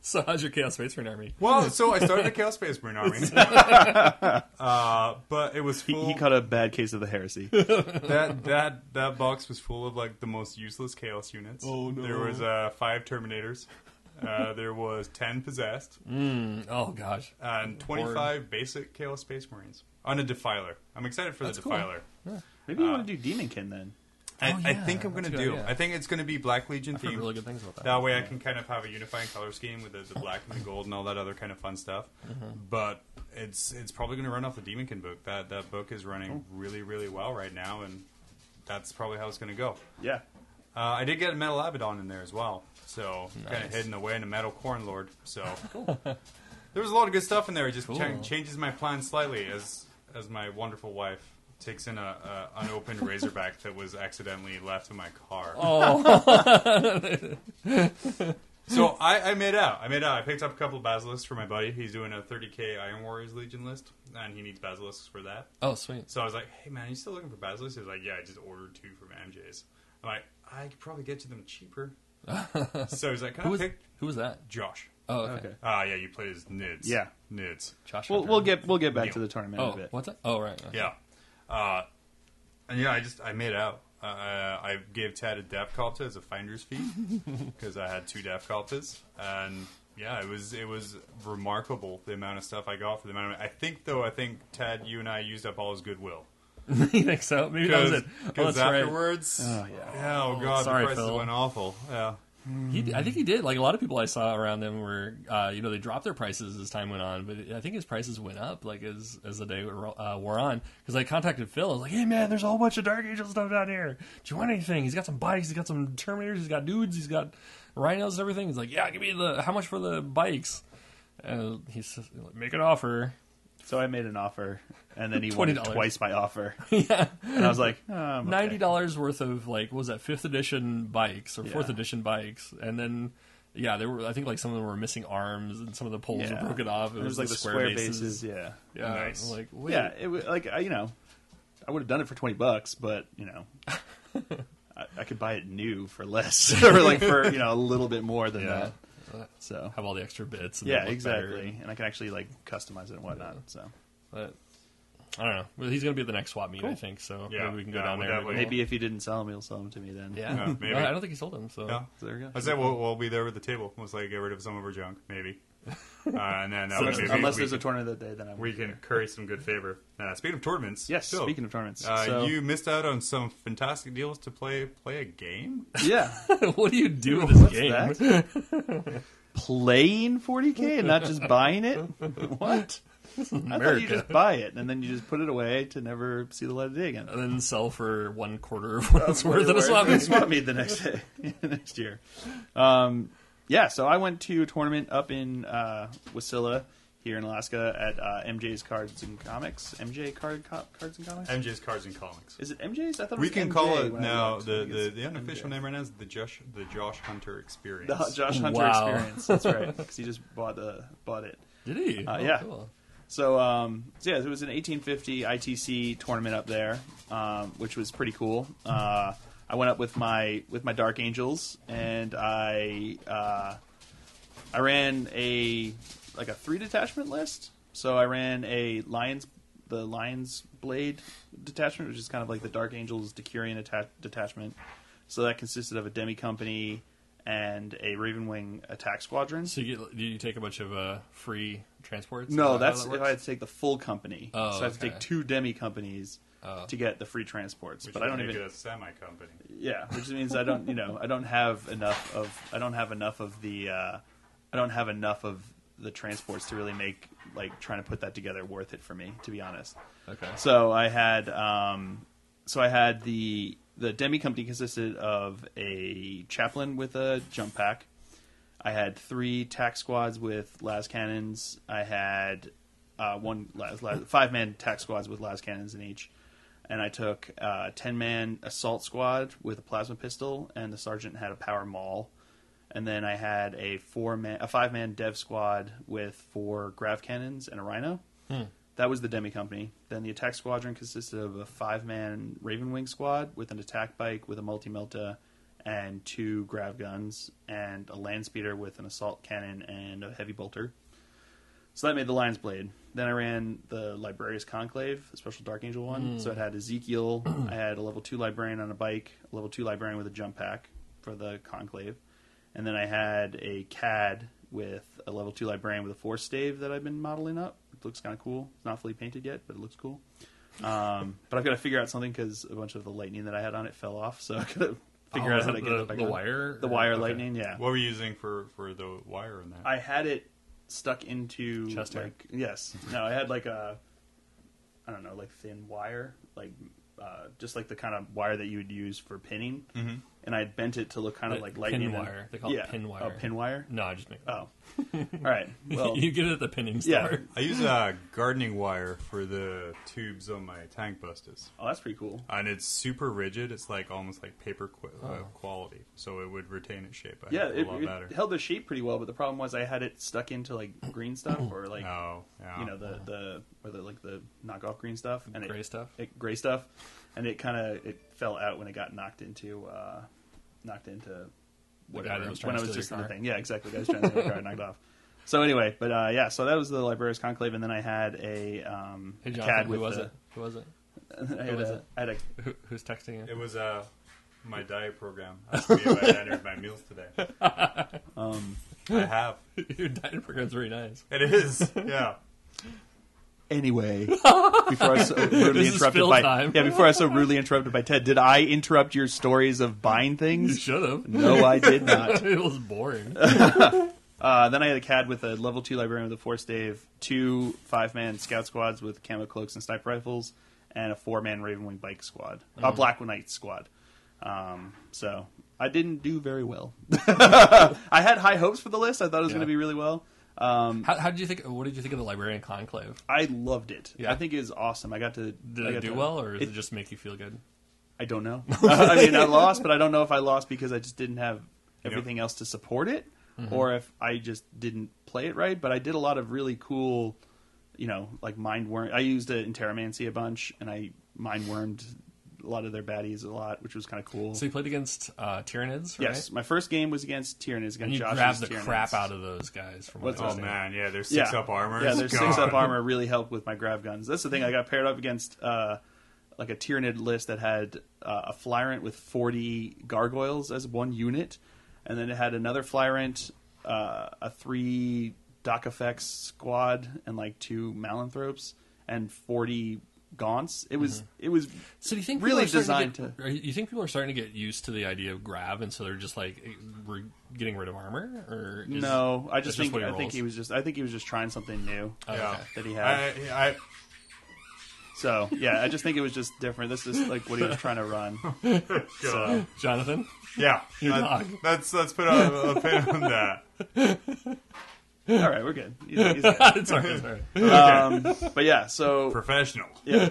S4: so how's your Chaos Space Marine army?
S1: Well, so I started a Chaos Space Marine
S4: [LAUGHS]
S1: army, uh, but it was
S2: He,
S1: full.
S2: he caught a bad case of the [LAUGHS] heresy.
S1: that that that box was full of like the most useless Chaos units.
S4: Oh, no.
S1: There was uh, five Terminators. Uh, there was ten possessed
S4: Oh, gosh.
S1: and twenty-five basic Chaos Space Marines on a Defiler. I'm excited for the
S4: cool.
S1: Defiler.
S2: Maybe you want to do Demonkin then.
S1: I,
S4: Oh,
S1: I
S4: yeah,
S1: think I'm gonna
S4: that's a good
S1: do.
S4: idea.
S1: I think it's gonna be Black Legion
S4: I've heard
S1: themed.
S4: really good things about that.
S1: That way, I can kind of have a unifying color scheme with the, the black and the gold and all that other kind of fun stuff. But it's it's probably going to run off the Demonkin book. That that book is running really really well right now, and that's probably how it's going to go.
S2: Yeah.
S1: Uh, I did get Metal Abaddon in there as well, so kind of hidden away in a Metal Corn Lord. So there was a lot of good stuff in there. It just cha-
S4: Cool.
S1: changes my plan slightly as as my wonderful wife takes in a, a unopened Razorback that was accidentally left in my car.
S4: [LAUGHS] Oh,
S1: So I, I made out. I made out. I picked up a couple of basilisks for my buddy. He's doing a 30k Iron Warriors Legion list, and he needs basilisks for that.
S4: [LAUGHS] oh, sweet.
S1: So I was like, "Hey man, you still looking for basilisks?" He's like, "Yeah, I just ordered two from MJ's." I'm like, "I could probably get you them
S4: [LAUGHS]
S1: cheaper." so he's like, "Can
S4: Who
S1: I
S4: was,
S1: pick
S4: who was that?
S1: Josh?"
S4: Oh, okay.
S2: Okay.
S1: Ah, yeah, you played as Nids.
S2: Yeah.
S1: Nids.
S4: Josh.
S2: We'll,
S4: Hunter.
S2: we'll get we'll get back to the tournament in a
S4: Oh,
S2: bit.
S4: what's that? Oh, right. right.
S1: Yeah. Uh, and yeah, I just I made out. Uh, I gave Tad a Defcopta as a finder's fee because I had two Defcoptas, and yeah, it was it was remarkable the amount of stuff I got for the amount. Of, I think though, I think Tad, you and I used up all his goodwill
S4: [LAUGHS] you think so? Maybe that was
S1: because
S4: it. Oh, that's right.
S1: afterwards,
S2: Oh, yeah.
S1: yeah, oh god,
S4: sorry,
S1: the prices
S4: Phil.
S1: went awful. Yeah,
S4: He, I think he did. Like a lot of people I saw around them were, uh, you know, they dropped their prices as time went on, but I think his prices went up like as as the day ro- uh, wore on. Because I contacted Phil. I was like, "Hey man, there's a whole bunch of Dark Angel stuff down here. Do you want anything? He's got some bikes. He's got some Terminators. He's got dudes. He's got rhinos and everything." He's like, "Yeah, give me the how much for the bikes?" Uh, he says, "Make an offer." [LAUGHS]
S2: So I made an offer, and then he wanted
S4: $20.
S2: twice my [LAUGHS] offer. yeah. And I was like, oh, I'm okay.
S4: ninety dollars worth of like what was that fifth edition bikes or fourth
S2: Yeah.
S4: edition bikes, and then yeah, there were I think like some of them were missing arms and some of the poles
S2: Yeah.
S4: were broken off. It,
S2: It was like the square bases. Yeah.
S4: Yeah,
S1: Nice.
S4: like wait,
S2: Yeah. It was like I, you know, I would have done it for twenty bucks, but you
S4: [LAUGHS]
S2: know, I, I could buy it new for less, [LAUGHS] or like for you know a little bit more than
S4: Yeah.
S2: that. So
S4: have all the extra bits. And
S2: yeah,
S4: they look
S2: exactly.
S4: better.
S2: And I can actually like customize it and whatnot. So
S4: But, I don't know. Well, he's gonna be at the next swap meet, I think. So
S1: Yeah.
S4: maybe we can go
S1: Yeah,
S4: down
S1: well,
S4: there.
S1: that way-
S4: maybe.
S2: maybe if you didn't sell them, you'll sell them to me then.
S4: Yeah, [LAUGHS]
S1: Yeah, maybe.
S4: No, I don't think he sold them. So
S1: yeah.
S2: So there you go.
S1: I said we'll, we'll be there with the table. Let's like get rid of some of our junk, maybe, uh, and then that
S4: So
S1: way
S4: that's-
S1: maybe
S2: Unless
S1: we
S2: there's a
S1: can-
S2: tournament that day, then I'm.
S1: we can curry some good favor. Uh, speaking of tournaments,
S2: Yes.
S1: Phil,
S2: Speaking of tournaments,
S1: Uh,
S2: so,
S1: You missed out on some fantastic deals to play play a game.
S2: [LAUGHS] yeah.
S4: [LAUGHS] what do you do with this game?
S2: that? Playing 40k and not just
S1: [LAUGHS]
S2: buying it? What? I thought you
S4: America.
S2: just buy it and then you just put it away to never see the light of day again.
S4: And then sell for one quarter of what it's worth at a
S2: Whereas
S4: swap
S2: they [LAUGHS]
S4: meet.
S2: swap meet the next day, next year. Um, yeah, so I went to a tournament up in uh, Wasilla here in Alaska at uh, MJ's Cards and Comics. MJ Card Co- Cards and Comics.
S1: MJ's Cards and Comics.
S2: Is it MJ's? I thought [LAUGHS] it
S1: We
S2: was
S1: can
S2: MJ
S1: call it
S2: when I
S1: now.
S2: looked. I
S1: The,
S2: think
S1: the,
S2: it's
S1: the unofficial
S2: MJ.
S1: name right now is the Josh the Josh Hunter Experience.
S2: The Hu- Josh Hunter
S6: Wow.
S2: experience. That's right, because he just bought the bought it.
S4: Did he? Oh,
S2: Uh, yeah.
S4: cool.
S2: So, um, so yeah, it was an 1850 ITC tournament up there, um, which was pretty cool. Uh, I went up with my with my Dark Angels, and I uh, I ran a like a three detachment list. So I ran a Lions the Lions Blade detachment, which is kind of like the Dark Angels Decurion atta- detachment. So that consisted of a Demi Company and a Ravenwing attack squadron.
S4: So you get, do you take a bunch of uh, free transports?
S2: No,
S4: Is that how
S2: that's
S4: that
S2: if
S4: works?
S2: I had to take the full company.
S4: Oh,
S2: so I have to
S4: okay.
S2: take two demi companies
S4: Oh.
S2: to get the free transports.
S1: Which
S2: but I don't
S1: make
S2: even.
S1: it a semi company.
S2: Yeah, which means I don't. You know, I don't have enough of. I don't have enough of the. Uh, I don't have enough of the transports to really make like trying to put that together worth it for me. To be honest.
S4: Okay.
S2: So I had um, so I had the the demi company consisted of a chaplain with a jump pack. I had three tack squads with las cannons. I had uh, one las, las, five man tack squads with las cannons in each, and I took a ten man assault squad with a plasma pistol, and the sergeant had a power maul. And then I had a four man, a five man dev squad with four grav cannons and a rhino. That was the demi company. Then the attack squadron consisted of a five man Ravenwing squad with an attack bike with a multi melta and two grav guns and a land speeder with an assault cannon and a heavy bolter. So that made the Lion's Blade. Then I ran the Librarius Conclave, the special Dark Angel one. So it had Ezekiel,
S4: Hmm.
S2: I had a level two librarian on a bike, a level two librarian with a jump pack for the Conclave. And then I had a CAD with a level two librarian with a force stave that I've been modeling up. It looks kind of cool. It's not fully painted yet, but it looks cool. Um, [LAUGHS] but I've got to figure out something because a bunch of the lightning that I had on it fell off. So I've got to [LAUGHS] figure
S4: Oh,
S2: out
S4: is
S2: how
S4: it
S2: to get
S4: the,
S2: it back
S4: the
S2: on.
S4: wire.
S2: The wire
S4: Okay.
S2: lightning, yeah.
S1: What were you using for, for the wire in that?
S2: I had it stuck into
S4: Chest hair.
S2: like yes. No, I had like a I don't know, like thin wire, like uh, just like the kind of wire that you would use for pinning. Mm-hmm. And I bent it to look kind of
S4: The
S2: like
S4: pin
S2: lightning. and-
S4: wire. They call it
S2: yeah.
S4: pin
S2: Oh,
S4: wire.
S2: pin wire.
S4: No, I just make.
S2: Oh, all right. Well,
S4: [LAUGHS] you get it at the pinning store.
S2: yeah.
S1: I use uh, gardening wire for the tubes on my tank busters,
S2: Oh, that's pretty cool.
S1: and it's super rigid. It's like almost like paper qu- uh, quality, so it would retain its shape. I
S2: Oh. Yeah,
S1: think,
S2: it,
S1: a lot
S2: it
S1: better.
S2: held the shape pretty well, but the problem was I had it stuck into like green stuff or
S4: [COUGHS]
S2: like
S1: Oh, yeah.
S2: you know the the or the like the knockoff green stuff
S4: [LAUGHS]
S2: and
S4: Gray
S2: it,
S4: stuff?
S2: it, gray stuff, and it kind of it fell out when it got knocked into uh, knocked into whatever
S4: that was trying
S2: when I
S4: to
S2: was
S4: steal your
S2: just in the
S4: car.
S2: thing. Yeah, exactly. I was trying to steal my car, it knocked off. So anyway, but uh, yeah, so that was the Librarius Conclave, and then I had a um,
S4: Hey,
S2: a
S4: Jonathan,
S2: cad
S4: who
S2: with
S4: was
S2: the,
S4: it? Who was it?
S2: [LAUGHS] I had,
S4: was
S2: a,
S4: it?
S2: I had a
S4: Who, who's texting you?
S1: It was uh, my diet program. Asked me if I entered my meals today.
S2: [LAUGHS]
S1: Um, I have.
S4: [LAUGHS] Your diet program's
S2: [LAUGHS]
S4: very nice.
S1: It is. Yeah.
S4: [LAUGHS]
S2: Anyway, before I was so rudely
S4: This is
S2: interrupted
S4: spill
S2: by
S4: time.
S2: yeah, before I was so rudely interrupted by Ted, did I interrupt your stories of buying
S4: You [LAUGHS]
S2: things?
S4: should have.
S2: No, Um, I did not.
S4: it was
S2: [LAUGHS]
S4: boring.
S2: Uh, then I had a CAD with a level two librarian with a force stave, two five man scout squads with camo cloaks and sniper rifles, and a four man Ravenwing bike squad,
S4: Mm-hmm.
S2: a Black Knight squad. Um, so I didn't do very well. [LAUGHS] I had high hopes for the list. I thought it was
S4: Yeah.
S2: going to be really well.
S4: How, how did you think? What did you think of the librarian conclave?
S2: I loved it.
S4: Yeah.
S2: I think it was awesome. I got to
S4: Did
S2: I
S4: it
S2: got
S4: do
S2: to-
S4: well, or did it, just make you feel good?
S2: I don't
S4: [LAUGHS]
S2: know. Uh, I mean, I lost, but I don't know if I lost because I just didn't have everything else to support it,
S4: Mm-hmm.
S2: or if I just didn't play it right. But I did a lot of really cool, you know, like mind worm. I used a Interromancy a bunch, and I mind wormed a lot of their baddies a lot, which was kind of cool.
S4: So you played against uh, Tyrannids, right?
S2: yes, my first game was against Tyranids,
S4: And
S2: against
S4: you
S2: Josh's
S4: grabbed the
S2: Tyranids.
S4: crap out of those guys from what
S2: What's
S4: I
S1: Oh
S2: his
S4: understand.
S1: man. Yeah. There's six up armor.
S2: Yeah, their six
S1: God.
S2: up armor really helped with my grav guns. That's the thing. I got paired up against uh, like a Tyranid list that had uh, a Flyrant with forty gargoyles as one unit, and then it had another Flyrant, uh, a three Doc Effects squad, and like two Malanthropes and forty Gaunts. It
S1: Mm-hmm.
S2: was it was
S4: So do you think
S2: really
S4: people are starting
S2: designed
S4: to? get- are you- you think people are starting to get used to the idea of grab, and so they're just like eh, we're getting rid of armor, or is-
S2: no, I
S4: it's
S2: just think
S4: what
S2: I
S4: he
S2: think
S4: rolls?
S2: he was just I think he was just trying something new
S4: Oh,
S1: Yeah.
S2: that he had.
S1: I, I,
S2: So yeah, I just think it was just different. This is like what he was trying
S1: [LAUGHS]
S2: to run. So.
S4: [LAUGHS] Jonathan. [LAUGHS]
S1: yeah.
S4: Your
S1: That-
S4: dog.
S1: Let's let's put a, a pin on that.
S2: All right, we're good. He's- he's good.
S4: it's all right, it's all
S1: [LAUGHS]
S4: right.
S2: [LAUGHS] Um, but yeah, so
S1: Professional.
S2: Yeah.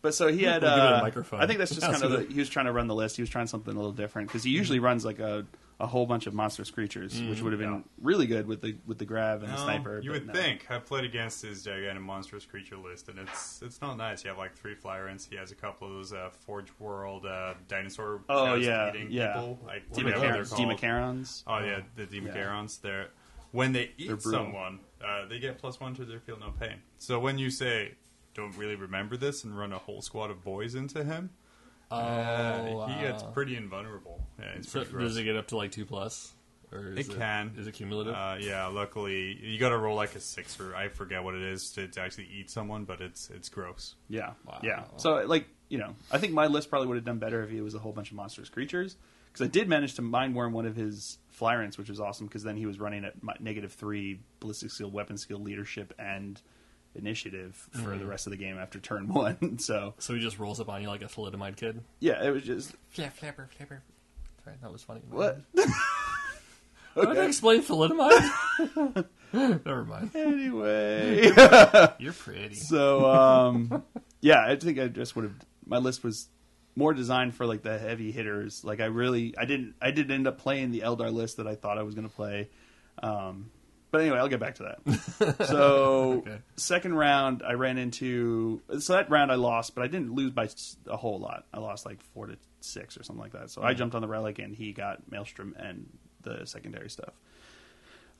S2: But so he had.
S4: We'll give it a
S2: uh,
S4: microphone.
S2: I think that's just
S4: That's
S2: kind of.
S4: what
S2: the- he was trying to run the list. He was trying something a little different because he
S1: Mm-hmm.
S2: usually runs like a, a whole bunch of monstrous creatures, which would have been really good with the with the grab and the
S1: No,
S2: sniper.
S1: Mm, you
S2: but
S1: would
S2: no.
S1: think. I've played against his gigantic monstrous creature list, and it's it's not nice. You have like three flyer ends. He has a couple of those uh, Forge World uh, dinosaur.
S2: Oh,
S1: guys
S2: yeah,
S1: eating
S2: yeah.
S1: people. Like, whatever they're
S2: Democarons.
S1: called. Oh
S2: Democarons.
S1: yeah, the Democarons. They're when they
S2: They're
S1: eat
S2: brutal.
S1: someone, uh, they get plus one to their feel no pain. So when you say don't really remember this and run a whole squad of boys into him,
S4: Oh,
S1: uh, he gets
S4: wow.
S1: pretty invulnerable. Yeah, it's
S4: So
S1: pretty gross.
S4: does it get up to like two plus? Or is
S1: It can.
S4: Is it cumulative?
S1: Uh, yeah, luckily you got to roll like a six or I forget what it is to, to actually eat someone, but it's it's gross.
S2: Yeah.
S4: Wow.
S2: Yeah. So like you know, I think my list probably would have done better if it was a whole bunch of monstrous creatures because I did manage to mind worm one of his flyrants, which was awesome because then he was running at mi- negative three ballistic skill, weapon skill, leadership, and initiative for the rest of the game after turn [LAUGHS] one. so
S4: so he just rolls up on you like a thalidomide kid.
S2: yeah, it was just
S4: Flap, flapper, flapper. Sorry, that was funny. [LAUGHS]
S2: what.
S4: How did I explain thalidomide?
S2: [LAUGHS]
S4: [LAUGHS] Never mind.
S2: anyway,
S4: You're pretty.
S2: so um, yeah, I think I just would have. My list was more designed for like the heavy hitters. Like I really, I didn't, I did end up playing the Eldar list that I thought I was going to play. Um, but anyway, I'll get back to that. So
S4: Okay.
S2: second round, I ran into so that round I lost, but I didn't lose by s- a whole lot. I lost like four to six or something like that. So I jumped on the relic, and he got Maelstrom and the secondary stuff.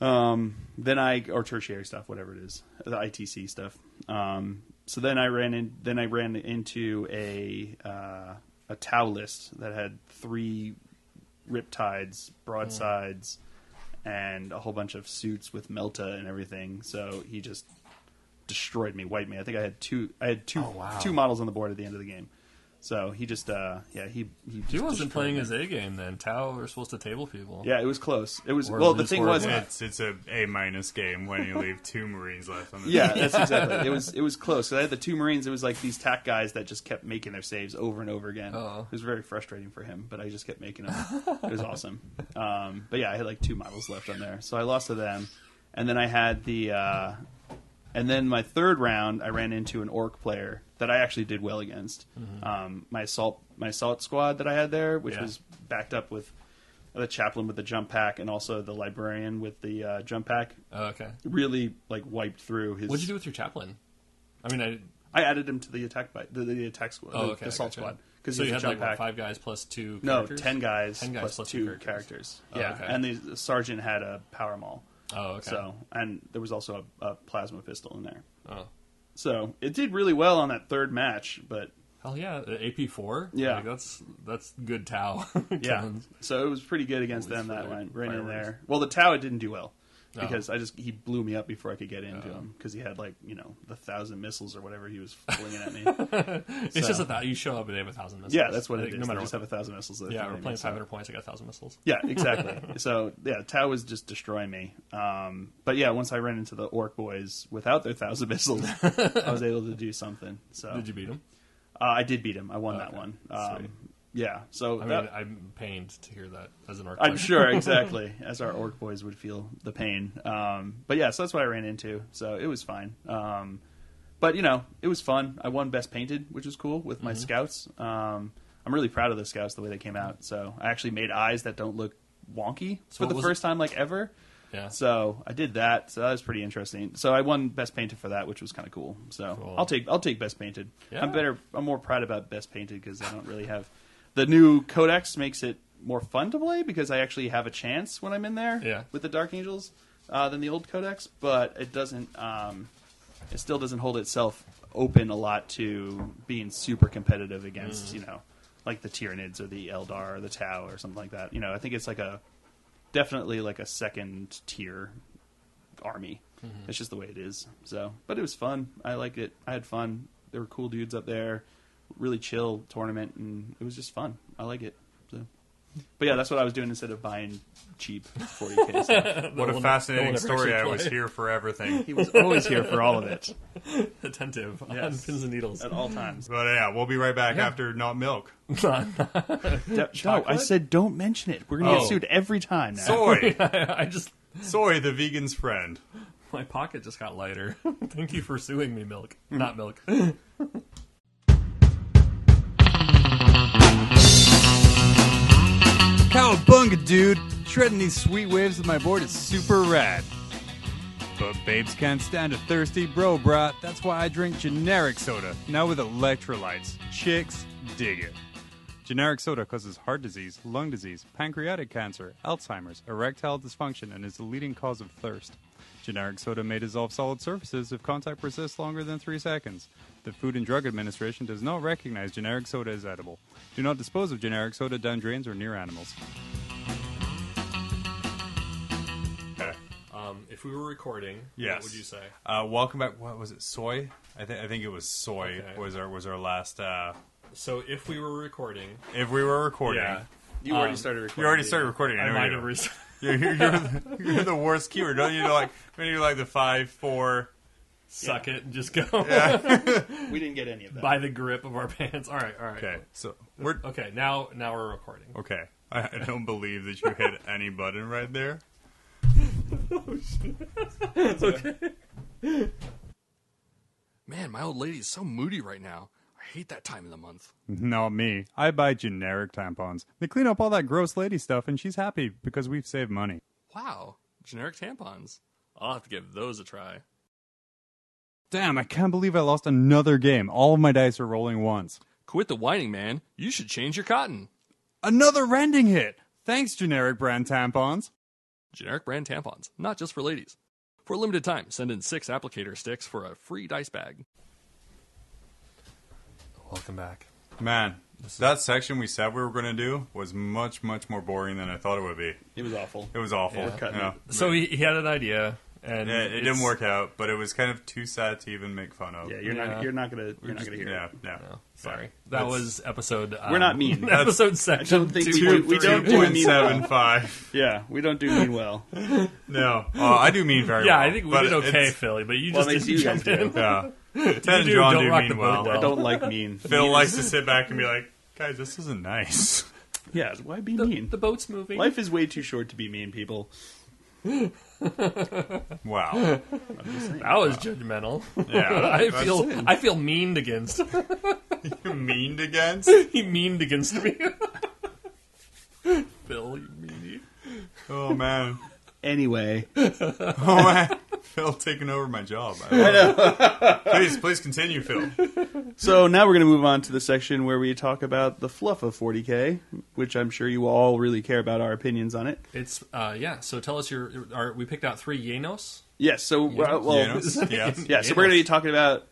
S2: Um, then I or tertiary stuff, whatever it is, the ITC stuff. Um, so then I ran in. Then I ran into a uh, a Tau list that had three riptides, broadsides, and a whole bunch of suits with Melta and everything. So he just destroyed me, wiped me. I think I had two. I had two two models on the board at the end of the game. So he just uh, yeah he he
S4: He
S2: just
S4: wasn't
S2: destroyed
S4: playing
S2: me.
S4: his A game then. Tao are supposed to table people.
S2: Yeah, it was close. It was
S4: Or
S2: well. The
S4: lose
S2: thing
S4: or
S2: was,
S4: win.
S1: It's it's a A minus game when you leave two Marines left on the
S4: [LAUGHS]
S2: Yeah, that's exactly. It was it was close. 'Cause I had the two Marines. It was like these tack guys that just kept making their saves over and over again.
S4: Oh.
S2: It was very frustrating for him, but I just kept making them. it was
S4: [LAUGHS]
S2: awesome. Um, but yeah, I had like two models left on there, so I lost to them. And then I had the, uh, and then my third round, I ran into an orc player that I actually did well against. Um, my assault my assault squad that I had there, which
S4: Mm-hmm. Yeah.
S2: was backed up with the chaplain with the jump pack and also the librarian with the uh, jump pack.
S4: Oh, okay.
S2: Really like wiped through his.
S4: What'd you do with your chaplain? I mean, I.
S2: I added him to the attack by the, the attack squad,
S4: Oh,
S2: the,
S4: okay.
S2: the assault
S4: gotcha.
S2: squad, because
S4: so
S2: he's
S4: you
S2: a
S4: had
S2: jump
S4: like what,
S2: pack.
S4: five guys plus two.
S2: no,
S4: characters?
S2: ten guys,
S4: 10 guys
S2: plus
S4: plus
S2: two
S4: two
S2: characters.
S4: characters. Oh,
S2: yeah,
S4: okay.
S2: and the sergeant had a power mall.
S4: Oh, okay.
S2: So, and there was also a, a plasma pistol in there.
S4: Oh.
S2: So it did really well on that third match, but
S4: Hell yeah, AP four.
S2: Yeah.
S4: like, that's that's good Tao. [LAUGHS]
S2: yeah,
S4: Tons.
S2: so it was pretty good against
S4: Holy
S2: them that
S4: fire-
S2: one. Ran in
S4: fireworks.
S2: there. Well, the Tau it didn't do well
S4: Oh.
S2: because I just he blew me up before I could get into him because he had like you know the thousand missiles or whatever he was flinging at me. [LAUGHS]
S4: It's just
S2: So-
S4: a thou- you show up and they have a thousand missiles.
S2: yeah, that's what
S4: I
S2: it
S4: think
S2: is.
S4: No
S2: they
S4: matter
S2: just
S4: what.
S2: have a thousand missiles. that
S4: yeah,
S2: they're throwing
S4: we're
S2: at
S4: playing
S2: me, so-
S4: 500 points. I got thousand missiles.
S2: Yeah, exactly.
S4: [LAUGHS]
S2: so yeah, Tau was just destroying me. Um, but yeah, once I ran into the orc boys without their thousand
S4: [LAUGHS]
S2: missiles, I was able to do something. So
S4: Did you beat him?
S2: Uh, I did beat him. I won that
S4: Okay.
S2: one.
S4: Sweet.
S2: Um, yeah. So
S4: I mean,
S2: that,
S4: I'm pained to hear that as an orc.
S2: I'm
S4: player. [LAUGHS]
S2: sure exactly as our orc boys would feel the pain. Um, but yeah, so that's what I ran into. So it was fine. Um, but you know, it was fun. I won best painted, which was cool with
S4: Mm-hmm.
S2: my scouts. Um, I'm really proud of the scouts the way they came out. So I actually made eyes that don't look wonky
S4: So
S2: for
S4: what
S2: the
S4: was
S2: first time like ever.
S4: Yeah.
S2: So I did that. So that was pretty interesting. So I won best painted for that, which was kind of cool. So
S4: Cool.
S2: I'll take I'll take best painted.
S4: Yeah.
S2: I'm better. I'm more proud about best painted because I don't really have the new codex makes it more fun to play because I actually have a chance when I'm in there
S4: Yeah.
S2: with the Dark Angels uh, than the old codex, but it doesn't. Um, it still doesn't hold itself open a lot to being super competitive against you know like the Tyranids or the Eldar or the Tau or something like that. You know, I think it's like a definitely like a second tier army. It's just the way it is. So, but it was fun. I liked it. I had fun. There were cool dudes up there. Really chill tournament, and it was just fun. I like it. So, but yeah, that's what I was doing instead of buying cheap 40k stuff.
S1: What
S4: No
S1: a
S4: one-
S1: fascinating
S4: no one ever
S1: story! I
S4: actually
S1: was
S4: played.
S1: here for everything.
S2: He was always here for all of it
S4: [LAUGHS] attentive on
S2: Yes.
S4: pins and needles. [LAUGHS]
S2: at all times.
S1: But yeah, we'll be right back after not milk.
S2: No, I said don't mention it. We're gonna
S1: [LAUGHS]
S4: Oh.
S2: get sued every time now.
S1: Soy.
S4: [LAUGHS] I just
S1: Soy, the vegan's friend.
S4: My pocket just got lighter. [LAUGHS] Thank you for suing me, milk.
S2: Mm-hmm. [LAUGHS]
S4: Not milk. Um,
S1: Cowabunga, Oh, dude! Shredding these sweet waves with my board is super rad. But babes can't stand a thirsty bro, brat. That's why I drink generic soda, now with electrolytes. Chicks dig it. Generic soda causes heart disease, lung disease, pancreatic cancer, Alzheimer's, erectile dysfunction, and is the leading cause of thirst. Generic soda may dissolve solid surfaces if contact persists longer than three seconds. The Food and Drug Administration does not recognize generic soda as edible. Do not dispose of generic soda down drains or near animals.
S4: Um, if we were recording,
S1: Yes.
S4: what would you say?
S1: Uh, welcome back. What was it? Soy? I think I think it was soy.
S4: Okay.
S1: Was our was our last? Uh,
S4: So if we were recording,
S1: if we were recording,
S4: yeah,
S2: You already started recording.
S1: you already started recording. I
S4: I
S1: know
S4: might
S1: you.
S5: [LAUGHS]
S4: have. Res-
S1: [LAUGHS] You're, you're, you're, the, [LAUGHS] you're the worst keyword. Don't you like? When you like the five, four.
S4: suck it
S5: [LAUGHS]
S4: and just go
S2: We didn't get any of that.
S4: [LAUGHS] by the grip of our pants. All right, all right.
S1: Okay, so we're
S4: Okay, now now we're recording.
S1: okay. I I don't believe that you [LAUGHS] hit any button right there.
S5: Man, my old lady is so moody right now. I hate that time of the month.
S1: Not me. I buy generic tampons. They clean up all that gross lady stuff, and she's happy because we've saved money.
S5: Wow, generic tampons. I'll have to give those a try.
S1: Damn, I can't believe I lost another game. All of my dice are rolling once.
S5: Quit the whining, man. You should change your cotton.
S1: Another rending hit. Thanks, generic brand tampons.
S5: Generic brand tampons, not just for ladies. For a limited time, send in six applicator sticks for a free dice bag.
S4: Welcome back.
S1: Man, that section we said we were going to do was much, much more boring than I thought it would be.
S2: It was awful.
S1: It was awful.
S2: cutting
S1: you know.
S4: So he, he had an idea, and
S1: Yeah, it
S4: it's-
S1: didn't work out, but it was kind of too sad to even make fun of.
S2: Yeah, you're
S4: Yeah.
S2: not. You're not gonna. You're not gonna hear.
S1: yeah,
S2: it.
S1: yeah.
S4: No, sorry, that was episode. Um,
S2: We're not
S4: [LAUGHS]
S2: mean.
S4: episode section.
S2: don't think we-
S4: two,
S2: we
S4: three.
S2: don't do it. mean well.
S4: [LAUGHS]
S1: 2.75.
S2: Yeah, we don't do mean well.
S1: No. Oh, I do mean very
S4: Yeah,
S1: well.
S4: I think we
S1: but
S4: did okay,
S1: it's-
S4: Philly, but you
S2: Well,
S4: just
S2: they
S4: didn't
S2: do guys
S4: jump
S2: do.
S4: in.
S1: [LAUGHS]
S4: [LAUGHS]
S1: Yeah. Ted and
S4: do
S1: John
S4: Don't
S1: do
S4: Rock
S1: mean
S4: the
S1: well.
S4: Boat well.
S2: I don't like mean.
S1: Phil likes
S4: [LAUGHS]
S1: to sit back and be like, guys, this isn't nice. [LAUGHS]
S2: Yeah, why be
S4: The,
S2: mean?
S4: the boat's
S2: [LAUGHS]
S4: moving.
S2: Life is way too short to be mean, people.
S4: [LAUGHS]
S1: Wow.
S4: That was judgmental.
S1: Yeah.
S4: I feel I feel meaned against. [LAUGHS]
S1: You meaned against?
S4: he meaned against me. [LAUGHS] Phil, you meanie.
S1: Oh, man.
S2: Anyway,
S1: [LAUGHS] Oh, man. Phil taking over my job. I know. please, please continue, Phil.
S2: so now we're going to move on to the section where we talk about the fluff of 40k, which I'm sure you all really care about our opinions on it.
S4: It's uh yeah. So tell us your. Our, we picked out three Yenos.
S2: Yes, so uh, well, [LAUGHS]
S1: Janos? Yes.
S2: yeah, so we're going to be talking about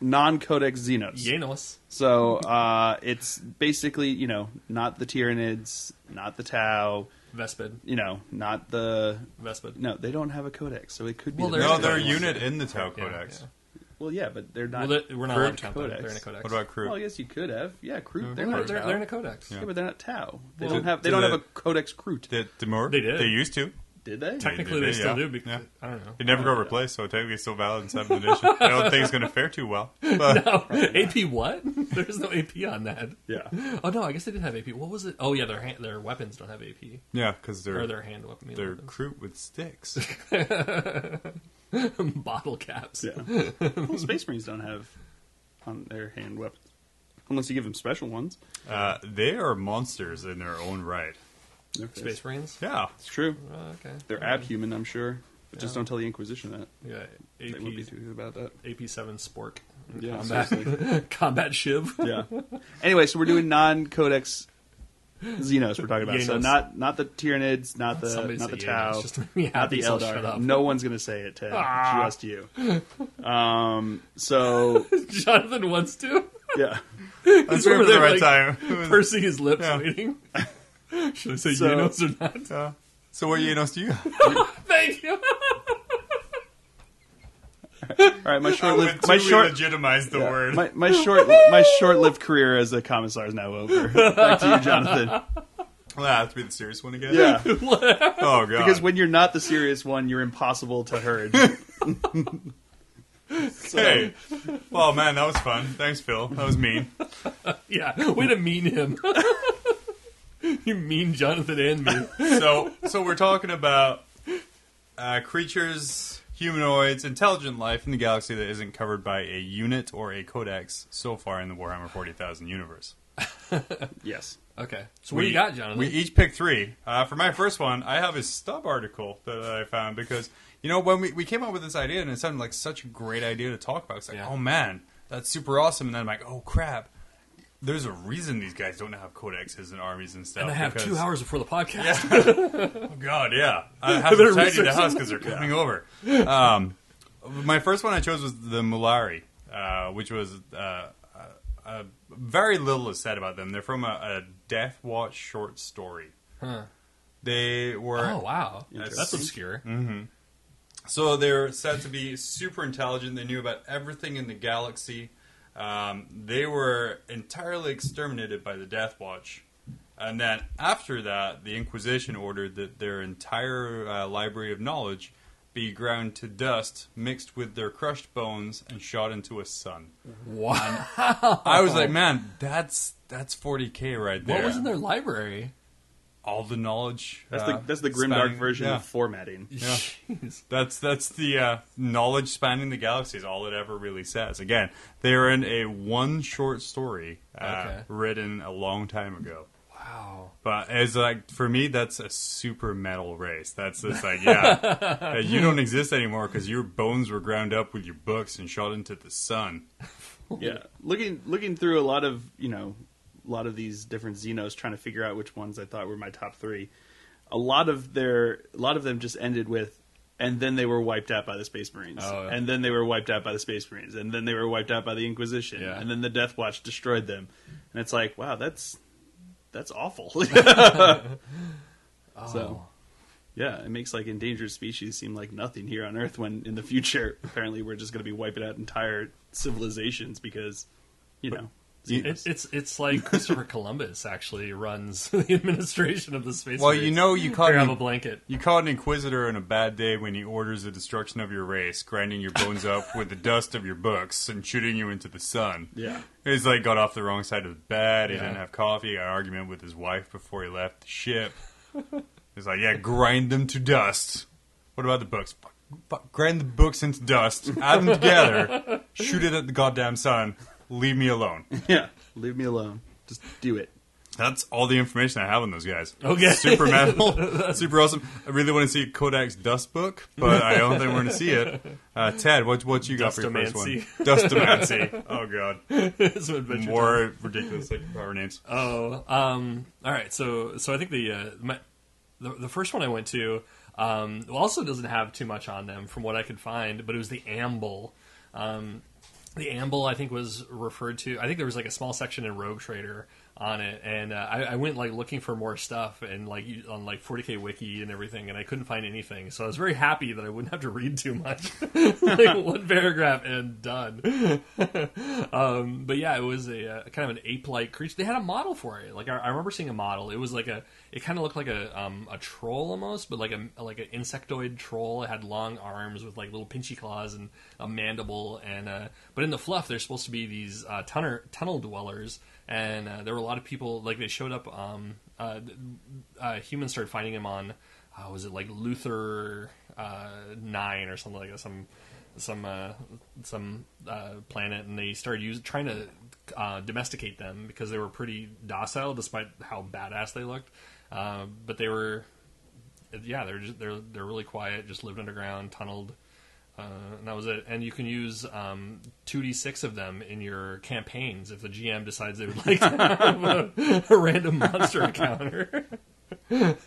S2: non-codex Xenos.
S4: Yenos.
S2: So uh, it's basically you know not the Tyranids, not the Tau,
S4: Vespid.
S2: you know, not the
S4: Vespid.
S2: no, they don't have a codex, so it could be
S4: Well,
S2: the
S4: there's-
S1: No,
S2: Vespid.
S1: they're a unit in the Tau Codex.
S4: yeah.
S2: Well, yeah, but they're
S4: Well,
S2: not.
S4: they, we're not allowed
S2: Crude
S4: to count them.
S2: codex.
S4: They're in a Mm-hmm. codex.
S1: What about
S2: well, I
S1: crew?
S2: guess you could have. Yeah, Crute. They're
S4: They're,
S2: not.
S4: they're,
S2: Tau.
S4: they're in a codex.
S2: Yeah, but they're not Tau. They
S1: Well,
S2: don't have. They
S1: did
S2: don't
S1: the-
S2: have a codex Crute.
S1: Did Demur?
S4: They did.
S1: They used to.
S2: Did they?
S1: They-
S4: Technically, they
S1: they-
S4: still
S1: yeah.
S4: do because
S1: Yeah.
S4: I don't know. [LAUGHS]
S1: It never got replaced, so technically it's still valid in seventh edition. I don't think it's going to fare too well. But
S4: AP what? [LAUGHS] There's no AP on that.
S2: Yeah.
S4: Oh no, I guess they did have AP. What was it? Oh yeah, their hand, their weapons don't have AP
S1: yeah, because
S4: or
S1: they're
S4: their hand weapon. [LAUGHS]
S1: they're crew with sticks.
S4: [LAUGHS] bottle caps.
S2: Yeah. well, Space Marines don't have on their hand weapons, unless you give them special ones.
S1: Uh, they are monsters in their own right.
S4: Space Marines.
S1: Yeah,
S2: It's true.
S4: Oh, okay.
S2: They're abhuman, I'm sure. But just don't tell the Inquisition that.
S4: Yeah.
S2: They would be
S4: AP
S2: too about that.
S4: AP seven spork. [LAUGHS]
S2: Yeah. seriously.
S4: Combat, combat shiv. [LAUGHS]
S2: yeah. Anyway, so we're doing non-codex Xenos. We're talking about so
S4: Xenos.
S2: not not the Tyranids, not the
S4: Somebody
S2: not
S4: say
S2: the
S4: Yenos,
S2: Tau,
S4: just to make me
S2: not the
S4: happy, so I'll shut
S2: Eldar.
S4: up.
S2: No one's gonna say it, Ted.
S4: Ah.
S2: Just you. Um. So
S4: Jonathan wants to.
S2: yeah.
S1: that's right for the
S4: they're
S1: right
S4: like
S1: time. [LAUGHS]
S4: Pursing his lips,
S1: Yeah.
S4: waiting. Should I say
S2: So-
S4: Yenos or not?
S1: Uh, so what Yanos do you? have?
S4: Thank you. [LAUGHS]
S2: All right. My
S1: With
S2: short-lived
S1: two,
S2: my
S1: we
S2: short
S1: legitimized the word.
S2: My, my short my short lived career as a commissar is now over. Back to you, Jonathan.
S1: Well, I have to be the serious one again.
S2: Yeah,
S1: [LAUGHS] Oh god.
S2: because when you're not the serious one, you're impossible to herd.
S1: hey, [LAUGHS] well, man, that was fun. Thanks, Phil. That was mean.
S4: Yeah, way to mean him. [LAUGHS] you mean Jonathan and me.
S2: [LAUGHS]
S1: So, so we're talking about uh, creatures, humanoids, intelligent life in the galaxy that isn't covered by a unit or a codex so far in the Warhammer 40,000 universe.
S2: Yes.
S4: Okay. So what do you got, Jonathan?
S1: We each picked three. Uh, for my first one, I have a stub article that I found because, you know, when we, we came up with this idea and it sounded like such a great idea to talk about. It's like,
S4: Yeah.
S1: oh man, that's super awesome. And then I'm like, oh crap, there's a reason these guys don't have codexes and armies and stuff.
S4: and I have
S1: because-
S4: two hours before the podcast.
S1: Oh, God, yeah. I have
S4: better
S1: to tidy
S4: research
S1: the house because they're coming over. Um, my first one I chose was the Mulari, uh, which was uh, uh, uh, very little is said about them. They're from a, a Death Watch short story.
S4: Huh.
S1: They were
S4: Oh wow,
S2: Interesting.
S4: that's obscure.
S2: Mm-hmm.
S1: so they're said to be super intelligent. They knew about everything in the galaxy. Um, they were entirely exterminated by the Death Watch. And then after that, the Inquisition ordered that their entire uh, library of knowledge be ground to dust, mixed with their crushed bones, and shot into a sun.
S4: Wow.
S1: I was like, man, that's that's 40k right there.
S4: What was in their library?
S1: All the knowledge.
S2: That's
S1: uh,
S2: the that's the
S1: spanning-
S2: grimdark version
S1: yeah.
S2: of formatting.
S1: Yeah.
S4: Jeez.
S1: That's that's the uh, knowledge spanning the galaxy is all it ever really says. Again, they're in a one short story uh,
S4: Okay.
S1: written a long time ago.
S4: Wow.
S1: But it's like for me, that's a super metal race. That's just like yeah, uh, you don't exist anymore because your bones were ground up with your books and shot into the sun.
S2: Yeah. Looking looking through a lot of you know a lot of these different Xenos, trying to figure out which ones I thought were my top three. A lot of their a lot of them just ended with. And then they were wiped out by the Space Marines.
S4: Oh, yeah.
S2: And then they were wiped out by the Space Marines. And then they were wiped out by the Inquisition.
S4: Yeah.
S2: And then the Death Watch destroyed them. And it's like, wow, that's that's
S4: [LAUGHS]
S2: awful. [LAUGHS]
S4: Oh.
S2: So, yeah, it makes like endangered species seem like nothing here on Earth when in the future, [LAUGHS] apparently, we're just going to be wiping out entire civilizations because, you know,
S4: It, it's it's like Christopher Columbus actually runs [LAUGHS] the administration of the space.
S1: Well, you
S4: race.
S1: know, you caught
S4: Here, have a
S1: an,
S4: blanket. [LAUGHS]
S1: you caught an inquisitor on a bad day when he orders the destruction of your race, grinding your bones up with the dust of your books and shooting you into the sun.
S2: yeah, [LAUGHS]
S1: He's like got off the wrong side of the bed. He
S4: Yeah.
S1: didn't have coffee. He Got in an argument with his wife before he left the ship. He's like, yeah, grind them to dust. What about the books? Fuck, fuck, grind the books into dust. Add them together. shoot it at the goddamn sun. Leave me alone.
S2: yeah, leave me alone. Just do it.
S1: That's all the information I have on those guys.
S4: Okay.
S1: Super metal. super awesome. I really want to see Kodak's Dust Book, but I don't think we're going to see it. Uh, Ted, what what you got for your first one? Dustomancy. Oh, God.
S4: Some adventure time.
S1: More ridiculous like power names.
S4: Oh, um, all right. So, so I think the uh, my, the, the first one I went to um, also doesn't have too much on them from what I could find, but it was the Amble. Um, the Amble, I think, was referred to. I think there was like a small section in Rogue Trader on it, and uh, I, I went like looking for more stuff and like you- on like 40k wiki and everything, and I couldn't find anything. So I was very happy that I wouldn't have to read too much, [LAUGHS] like one paragraph and done. um, but yeah, it was a, uh kind of an ape-like creature. They had a model for it. Like I, I remember seeing a model. It was like a. It kind of looked like a um, a troll almost, but like a like an insectoid troll. It had long arms with like little pinchy claws and a mandible. And uh, but in the fluff, they're supposed to be these uh, tunnel tunnel dwellers. And uh, there were a lot of people like they showed up. Um, uh, th- uh, humans started finding them on. Uh, was it like Luther uh, nine or something like that? Some some uh, some uh, planet, and they started use, trying to uh, domesticate them because they were pretty docile, despite how badass they looked. Uh, but they were, yeah, they're just they're they're really quiet, just lived underground, tunneled, uh, and that was it. And you can use um, 2d6 of them in your campaigns if the GM decides they would like to have a, [LAUGHS] a random monster encounter.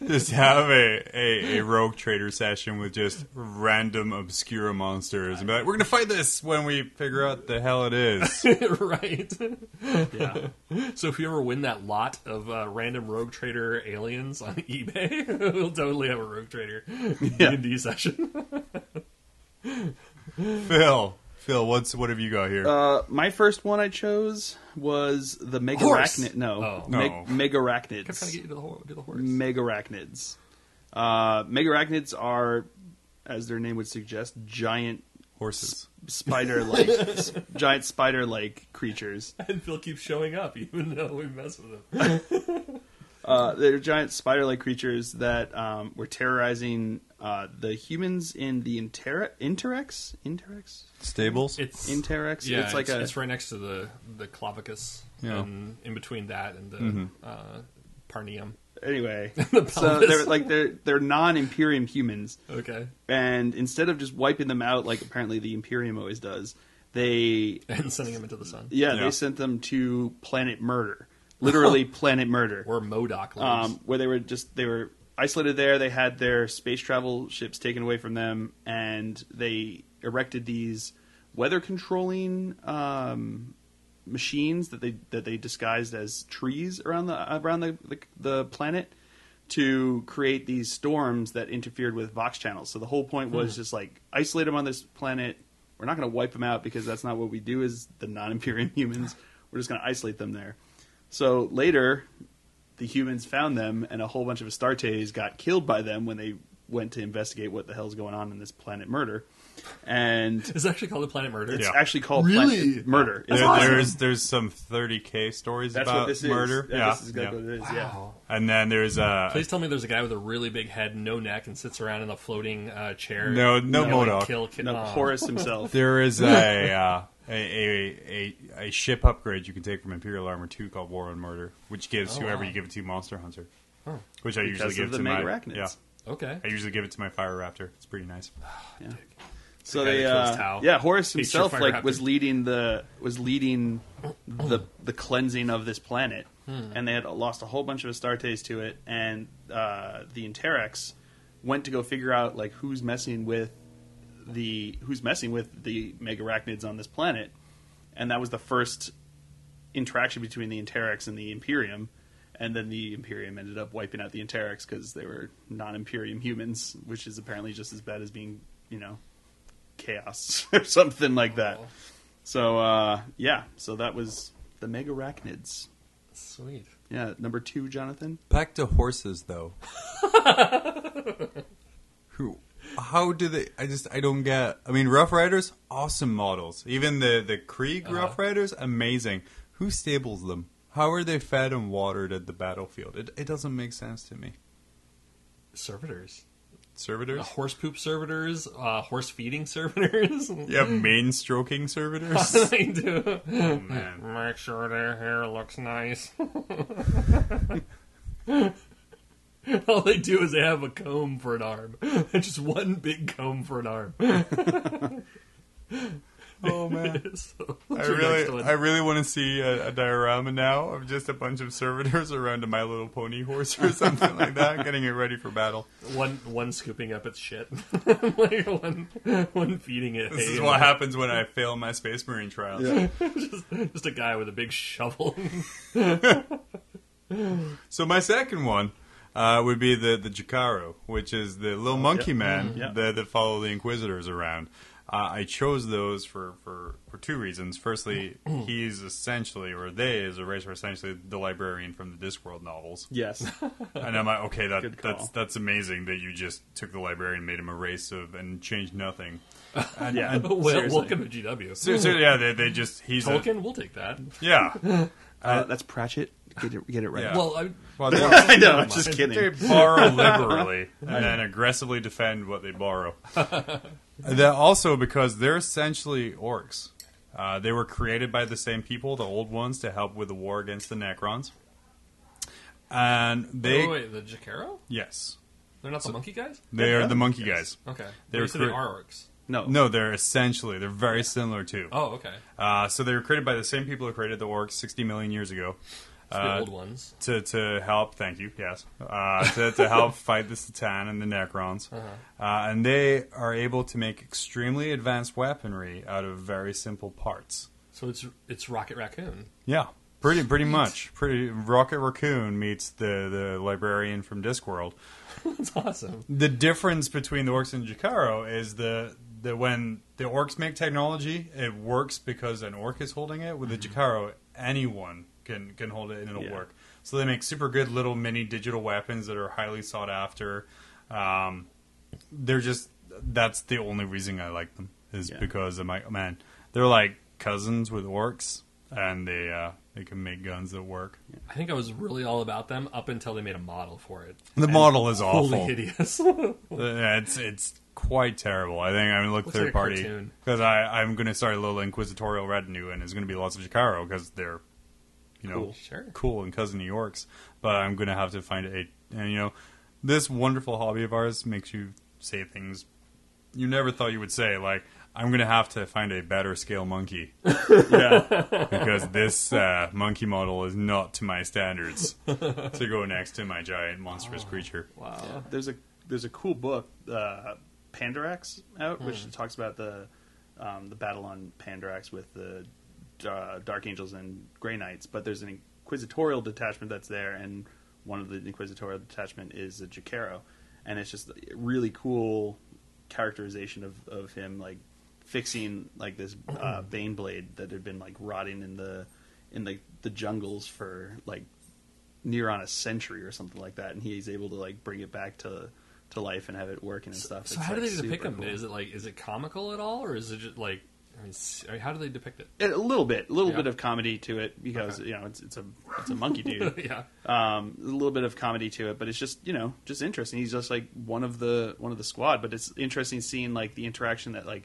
S1: just have a, a, a rogue trader session with just random obscure monsters and be like, we're gonna fight this when we figure out the hell it
S2: [LAUGHS]
S1: is.
S4: [LAUGHS] right.
S2: Yeah,
S4: So if you ever win that lot of uh, random Rogue Trader aliens on [LAUGHS] eBay, we'll totally have a Rogue Trader
S2: Yeah.
S4: D&D session.
S1: Phil, Phil, what's what have you got here?
S2: uh, my first one I chose was the
S4: Horse!
S2: Megarachnid. No,
S4: Oh.
S1: No.
S2: Meg-
S4: I'm trying to
S2: Megarachnids.
S4: get you to the, ho- to the horse.
S2: Megarachnids. Uh, Megarachnids are, as their name would suggest, giant
S1: Horses.
S2: spider like giant spider like creatures.
S4: [LAUGHS] and Phil keeps showing up, even though we mess with him.
S2: Uh, they're giant spider like creatures that um, were terrorizing uh, the humans in the Intera- Interex, Interex,
S1: Stables.
S4: It's
S2: Interex.
S4: yeah,
S2: it's like a
S4: it's right next to the the clavicus,
S1: Yeah.
S4: and in between that and the
S2: Mm-hmm.
S4: uh, parnium.
S2: anyway.
S4: [LAUGHS] The
S2: so
S4: pelvis.
S2: they're like they're they're non-Imperium humans.
S4: Okay, [LAUGHS]
S2: and instead of just wiping them out like apparently the Imperium always does, they
S4: and sending him into the sun.
S2: yeah,
S1: Yeah.
S2: they sent them to Planet Murder, literally Planet Murder,
S4: Or Modoc lives.
S2: um, where they were just they were isolated there. They had their space travel ships taken away from them, and they erected these weather controlling um, machines that they that they disguised as trees around the uh, around the the, the planet. To create these storms that interfered with Vox channels, so the whole point was just like isolate them on this planet. We're not going to wipe them out because that's not what we do as the non-Imperium [LAUGHS] humans. We're just going to isolate them there. So later, the humans found them, and a whole bunch of Astartes got killed by them when they went to investigate what the hell's going on in this planet murder. And
S4: it's actually called the Planet Murder.
S2: it's
S1: Yeah.
S2: actually called
S4: Really?
S2: Planet Murder.
S1: There-
S2: It's-
S1: There's there's some 30k stories
S2: that's
S1: about
S2: what this
S1: murder.
S2: is. Yeah,
S1: yeah,
S2: this is exactly
S1: yeah.
S2: what it is.
S4: Wow.
S1: And then there's uh,
S4: Please tell me there's a guy with a really big head, no neck, and sits around in a floating uh, chair.
S1: No, no
S4: Yelling,
S1: Modoc.
S4: Kill, kill,
S2: Yeah. No,
S4: oh.
S2: Horus himself.
S1: there is
S2: [LAUGHS]
S1: a, uh, a, a a a ship upgrade you can take from Imperial Armor 2 called War on Murder, which gives
S4: Oh,
S1: whoever
S4: wow.
S1: you give it to Monster Hunter.
S4: Oh.
S1: Which I
S2: Because
S1: usually give
S2: of the
S1: to my
S2: Megarachnids.
S1: yeah.
S4: Okay.
S1: I usually give it to my Fire Raptor. It's pretty nice.
S2: So
S4: The guy
S2: they,
S4: that kills
S2: uh,
S4: Tau.
S2: yeah, Horus
S4: He's
S2: himself
S4: Surefire
S2: like
S4: Raptor.
S2: was leading the was leading the the cleansing of this planet,
S4: Hmm.
S2: and they had lost a whole bunch of Astartes to it, and uh, the Interex went to go figure out like who's messing with the who's messing with the megarachnids on this planet, and that was the first interaction between the Interex and the Imperium. And then the Imperium ended up wiping out the Interex because they were non-Imperium humans, which is apparently just as bad as being, you know, chaos [LAUGHS] or something like that.
S4: Oh.
S2: So uh, yeah, so that was the Mega Arachnids.
S4: Sweet.
S2: Yeah, number two, Jonathan.
S1: Back to horses, though. Who? How do they? I just I don't get. I mean, Rough Riders, awesome models. Even the the Krieg Rough Riders, amazing. Who stables them? How are they fed and watered at the battlefield? It it doesn't make sense to me.
S4: Servitors. Uh,
S1: Servitors.
S4: horse poop servitors, uh, horse feeding [LAUGHS] servitors.
S1: You have main stroking
S4: [LAUGHS]
S1: servitors.
S4: they do.
S1: oh man.
S4: Make sure their hair looks nice. [LAUGHS] All they do is they have a comb for an arm. [LAUGHS] Just one big comb for an arm.
S1: Oh man.
S4: [LAUGHS] So,
S1: I
S4: what's your next
S1: really,
S4: one?
S1: I really want to see a, a diorama now of just a bunch of servitors [LAUGHS] around a My Little Pony horse or something like
S4: [LAUGHS]
S1: that, getting it ready for battle.
S4: One one scooping up its shit, [LAUGHS] like one one feeding it.
S1: This
S4: hay
S1: is
S4: and
S1: what happens when I fail my Space Marine trials.
S4: just, just a guy with a
S1: [LAUGHS]
S4: big shovel.
S1: So my second one uh, would be the the Jacaro, which is the
S4: Oh,
S1: little monkey man
S4: Mm-hmm.
S2: Mm, yeah.
S1: that, that follow the Inquisitors around. Uh, I chose those for, for, for two reasons.
S4: [CLEARS THROAT]
S1: Firstly, he's essentially, or they as a race are essentially the librarian from the Discworld novels.
S4: [LAUGHS]
S2: Yes,
S1: And I'm like, okay, that,
S2: Good call.
S1: that's that's amazing that you just took the librarian, made him a race of, and changed
S4: Hmm.
S1: nothing.
S2: yeah.
S4: well,
S2: seriously.
S4: welcome to GW.
S1: Seriously, yeah, they, they just he's a-
S4: Tolkien, we'll take that.
S1: yeah.
S2: Uh, that's Pratchett. Get it, get it right.
S1: Yeah.
S4: [LAUGHS] Well, I,
S1: [LAUGHS] Well, they-
S2: [LAUGHS] I know. I'm just
S1: They
S4: [LAUGHS]
S2: kidding.
S1: borrow liberally and then aggressively defend what they
S4: [LAUGHS]
S1: borrow. that also because they're essentially orcs. Uh, they were created by the same people, the old ones, to help with the war against the Necrons. And they,
S4: oh, wait, the Jacaro?
S1: yes,
S4: They're not the monkey guys.
S1: they
S2: Yeah,
S1: are the monkey guys.
S4: Okay,
S1: They're
S4: they're you said they
S1: cre-
S4: are orcs.
S2: No,
S1: No, they're essentially they're very similar to.
S4: Oh, okay.
S1: Uh, so they were created by the same people who created the orcs 60 million years ago.
S4: It's the
S1: Uh,
S4: old ones.
S1: to, to help. Thank you. Yes, uh, to, to
S4: [LAUGHS]
S1: help fight the Satan and the Necrons,
S4: Uh-huh.
S1: uh and they are able to make extremely advanced weaponry out of very simple parts.
S4: So it's it's Rocket Raccoon.
S1: Yeah, pretty pretty much. Pretty Rocket Raccoon meets the the librarian from Discworld.
S4: [LAUGHS] That's awesome.
S1: The difference between the orcs and Jacaro is the that when the orcs make technology, it works because an orc is holding it. With the Jacaro, anyone can can hold it and it'll
S2: Mm-hmm. Yeah.
S1: work. So they make super good little mini digital weapons that are highly sought after. Um, they're just that's the only reason I like them is
S2: Yeah.
S1: because I'm like, man, they're like cousins with orcs. and they uh, they can make guns that work.
S4: I think I was really all about them up until they made a model for it.
S1: The model is awful.
S4: Holy [LAUGHS] hideous.
S1: [LAUGHS] Yeah, it's it's quite terrible. I think I'm gonna look
S4: Looks
S1: third
S4: like a
S1: party
S4: cartoon.
S1: because I I'm gonna start a little inquisitorial retinue, and it's gonna be lots of Jacaro because they're you know
S4: Cool. Sure.
S1: cool and cousin New York's. But I'm gonna have to find a and you know this wonderful hobby of ours makes you say things you never thought you would say. Like I'm gonna have to find a better scale
S4: [LAUGHS]
S1: monkey, yeah, because this uh, monkey model is not to my standards to go next to my giant monstrous creature.
S4: wow.
S2: there's a there's a cool book, uh, Pandarax, out
S4: Hmm.
S2: which talks about the um, the battle on Pandarax with the uh, Dark Angels and Grey Knights. But there's an Inquisitorial detachment that's there, and one of the Inquisitorial detachment is a Jacaro, and it's just a really cool characterization of, of him like fixing like this
S4: [CLEARS THROAT]
S2: uh, Bane blade that had been like rotting in the in the the jungles for like near on a century or something like that, and he's able to like bring it back to to life and have it working and stuff.
S4: So
S2: It's,
S4: how do
S2: like,
S4: they
S2: super
S4: depict them?
S2: cool.
S4: Is it like is it comical at all, or is it just like I mean, s- I mean, how do they depict it?
S2: A little bit, a little
S4: Yeah.
S2: bit of comedy to it because you know it's it's a it's a monkey dude.
S4: [LAUGHS] yeah,
S2: um, a little bit of comedy to it, but it's just you know just interesting. He's just like one of the one of the squad, but it's interesting seeing like the interaction that like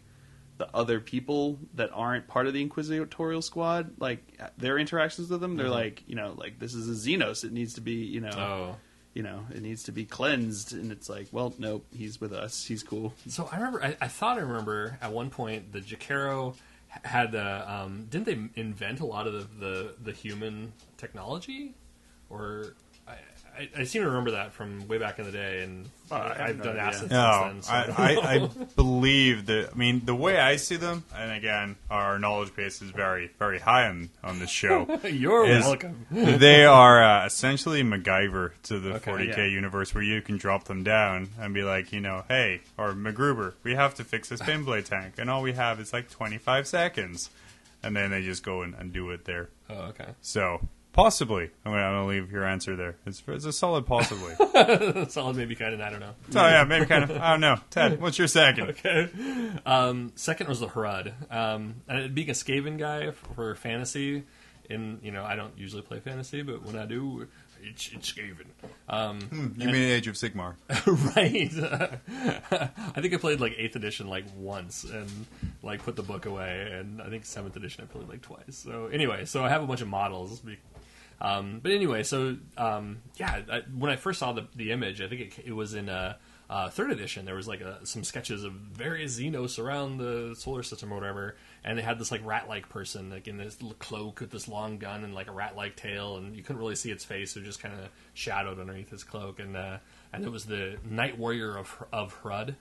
S2: the other people that aren't part of the inquisitorial squad like their interactions with them. They're like you know like this is a Xenos. It needs to be you know
S4: Mm-hmm. Oh.
S2: you know it needs to be cleansed, and it's like well nope he's with us he's
S4: [LAUGHS]
S2: cool.
S4: So I remember, I, I thought I remember at one point the Jacaro h- had the. Um, didn't they invent a lot of the the, the human technology, or I, I, I seem to remember that from way back in the day, and
S1: Uh,
S2: I have
S4: I, have
S2: no
S4: done
S2: idea.
S4: acid
S1: No,
S4: since then. So.
S1: I, I, I believe that. I mean, the way I see them, and again, our knowledge base is very, very high on, on this
S4: [LAUGHS]
S1: show.
S4: You're
S1: is-
S4: welcome. [LAUGHS]
S1: they are uh, essentially MacGyver to the
S4: Okay,
S1: 40k
S4: yeah.
S1: universe, where you can drop them down and be like, you know, hey, or MacGruber, we have to
S4: [LAUGHS]
S1: fix this pinblade tank, and all we have is like 25 seconds, and then they just go and, and do it there.
S4: Oh, okay. [LAUGHS]
S1: So possibly, I'm gonna, I'm gonna leave your answer there. It's, it's a solid
S4: [LAUGHS]
S1: possibly.
S4: Solid, maybe kind of. I don't know.
S1: so yeah, maybe kind of. I don't know. Ted, what's your second?
S4: Um, second was the Harad. Um, and being a Skaven guy f- for fantasy, and you know I don't usually play fantasy, but when I do, it's, it's Skaven. [LAUGHS]
S1: You mean Age of Sigmar?
S4: right. [LAUGHS] I think I played like eighth edition like once, and like put the book away, and I think seventh edition I played like twice. So anyway, so I have a bunch of models. Be- Um, but anyway, so um, yeah, I, when I first saw the, the image, I think it, ca- it was in uh, uh, third edition. There was like a, some sketches of various Xenos around the solar system or whatever, and they had this like rat-like person like in this l- cloak with this long gun and like a rat-like tail, and you couldn't really see its face; it was just kind of shadowed underneath his cloak. And uh, and it was the Night Warrior of Hr- of Hrud,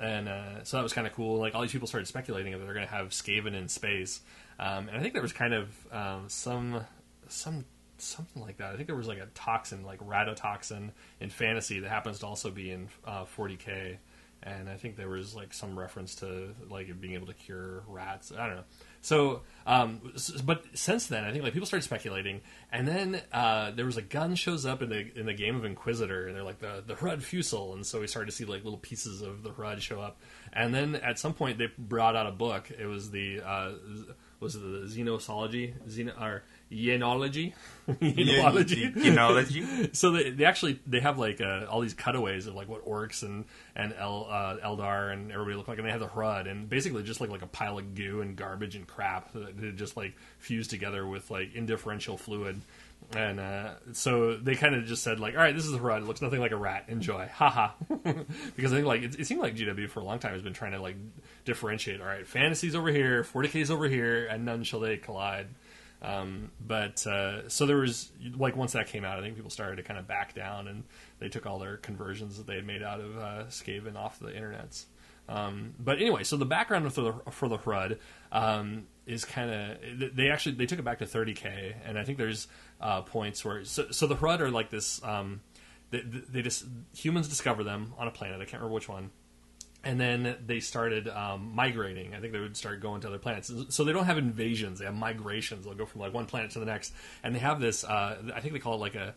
S4: and uh, so that was kind of cool. Like all these people started speculating that they're going to have Skaven in space, um, and I think there was kind of um, some some something like that. I think there was like a toxin, like ratotoxin, in fantasy that happens to also be in uh, 40k, and I think there was like some reference to like it being able to cure rats. I don't know. So, um, s- but since then, I think like people started speculating, and then uh, there was a gun shows up in the in the game of Inquisitor, and they're like the the Hrud Fusil, and so we started to see like little pieces of the Hrud show up, and then at some point they brought out a book. It was the uh, z- was it the Xenosology, Xeno or Yenology, [LAUGHS] Yenology, so they, they actually they have like uh, all these cutaways of like what orcs and and El, uh, Eldar and everybody look like, and they have the Hrud, and basically just like like a pile of goo and garbage and crap that that just like fused together with like indifferential fluid, and uh, so they kind of just said like, all right, this is the Hrud. It looks nothing like a rat. Enjoy, [LAUGHS] haha. because I think like it, it seemed like GW for a long time has been trying to like differentiate. All right, fantasies over here, 40k's over here, and none shall they collide. Um, but uh, so there was like once that came out, I think people started to kind of back down, and they took all their conversions that they had made out of uh, Skaven off the internets. Um, but anyway, so the background for the for the HRUD um, is kind of they actually they took it back to 30k, and I think there's uh, points where so, so the HRUD are like this. Um, they, they just humans discover them on a planet. I can't remember which one and then they started um, migrating. I think they would start going to other planets. So they don't have invasions; they have migrations. They'll go from like one planet to the next, and they have this. Uh, I think they call it like a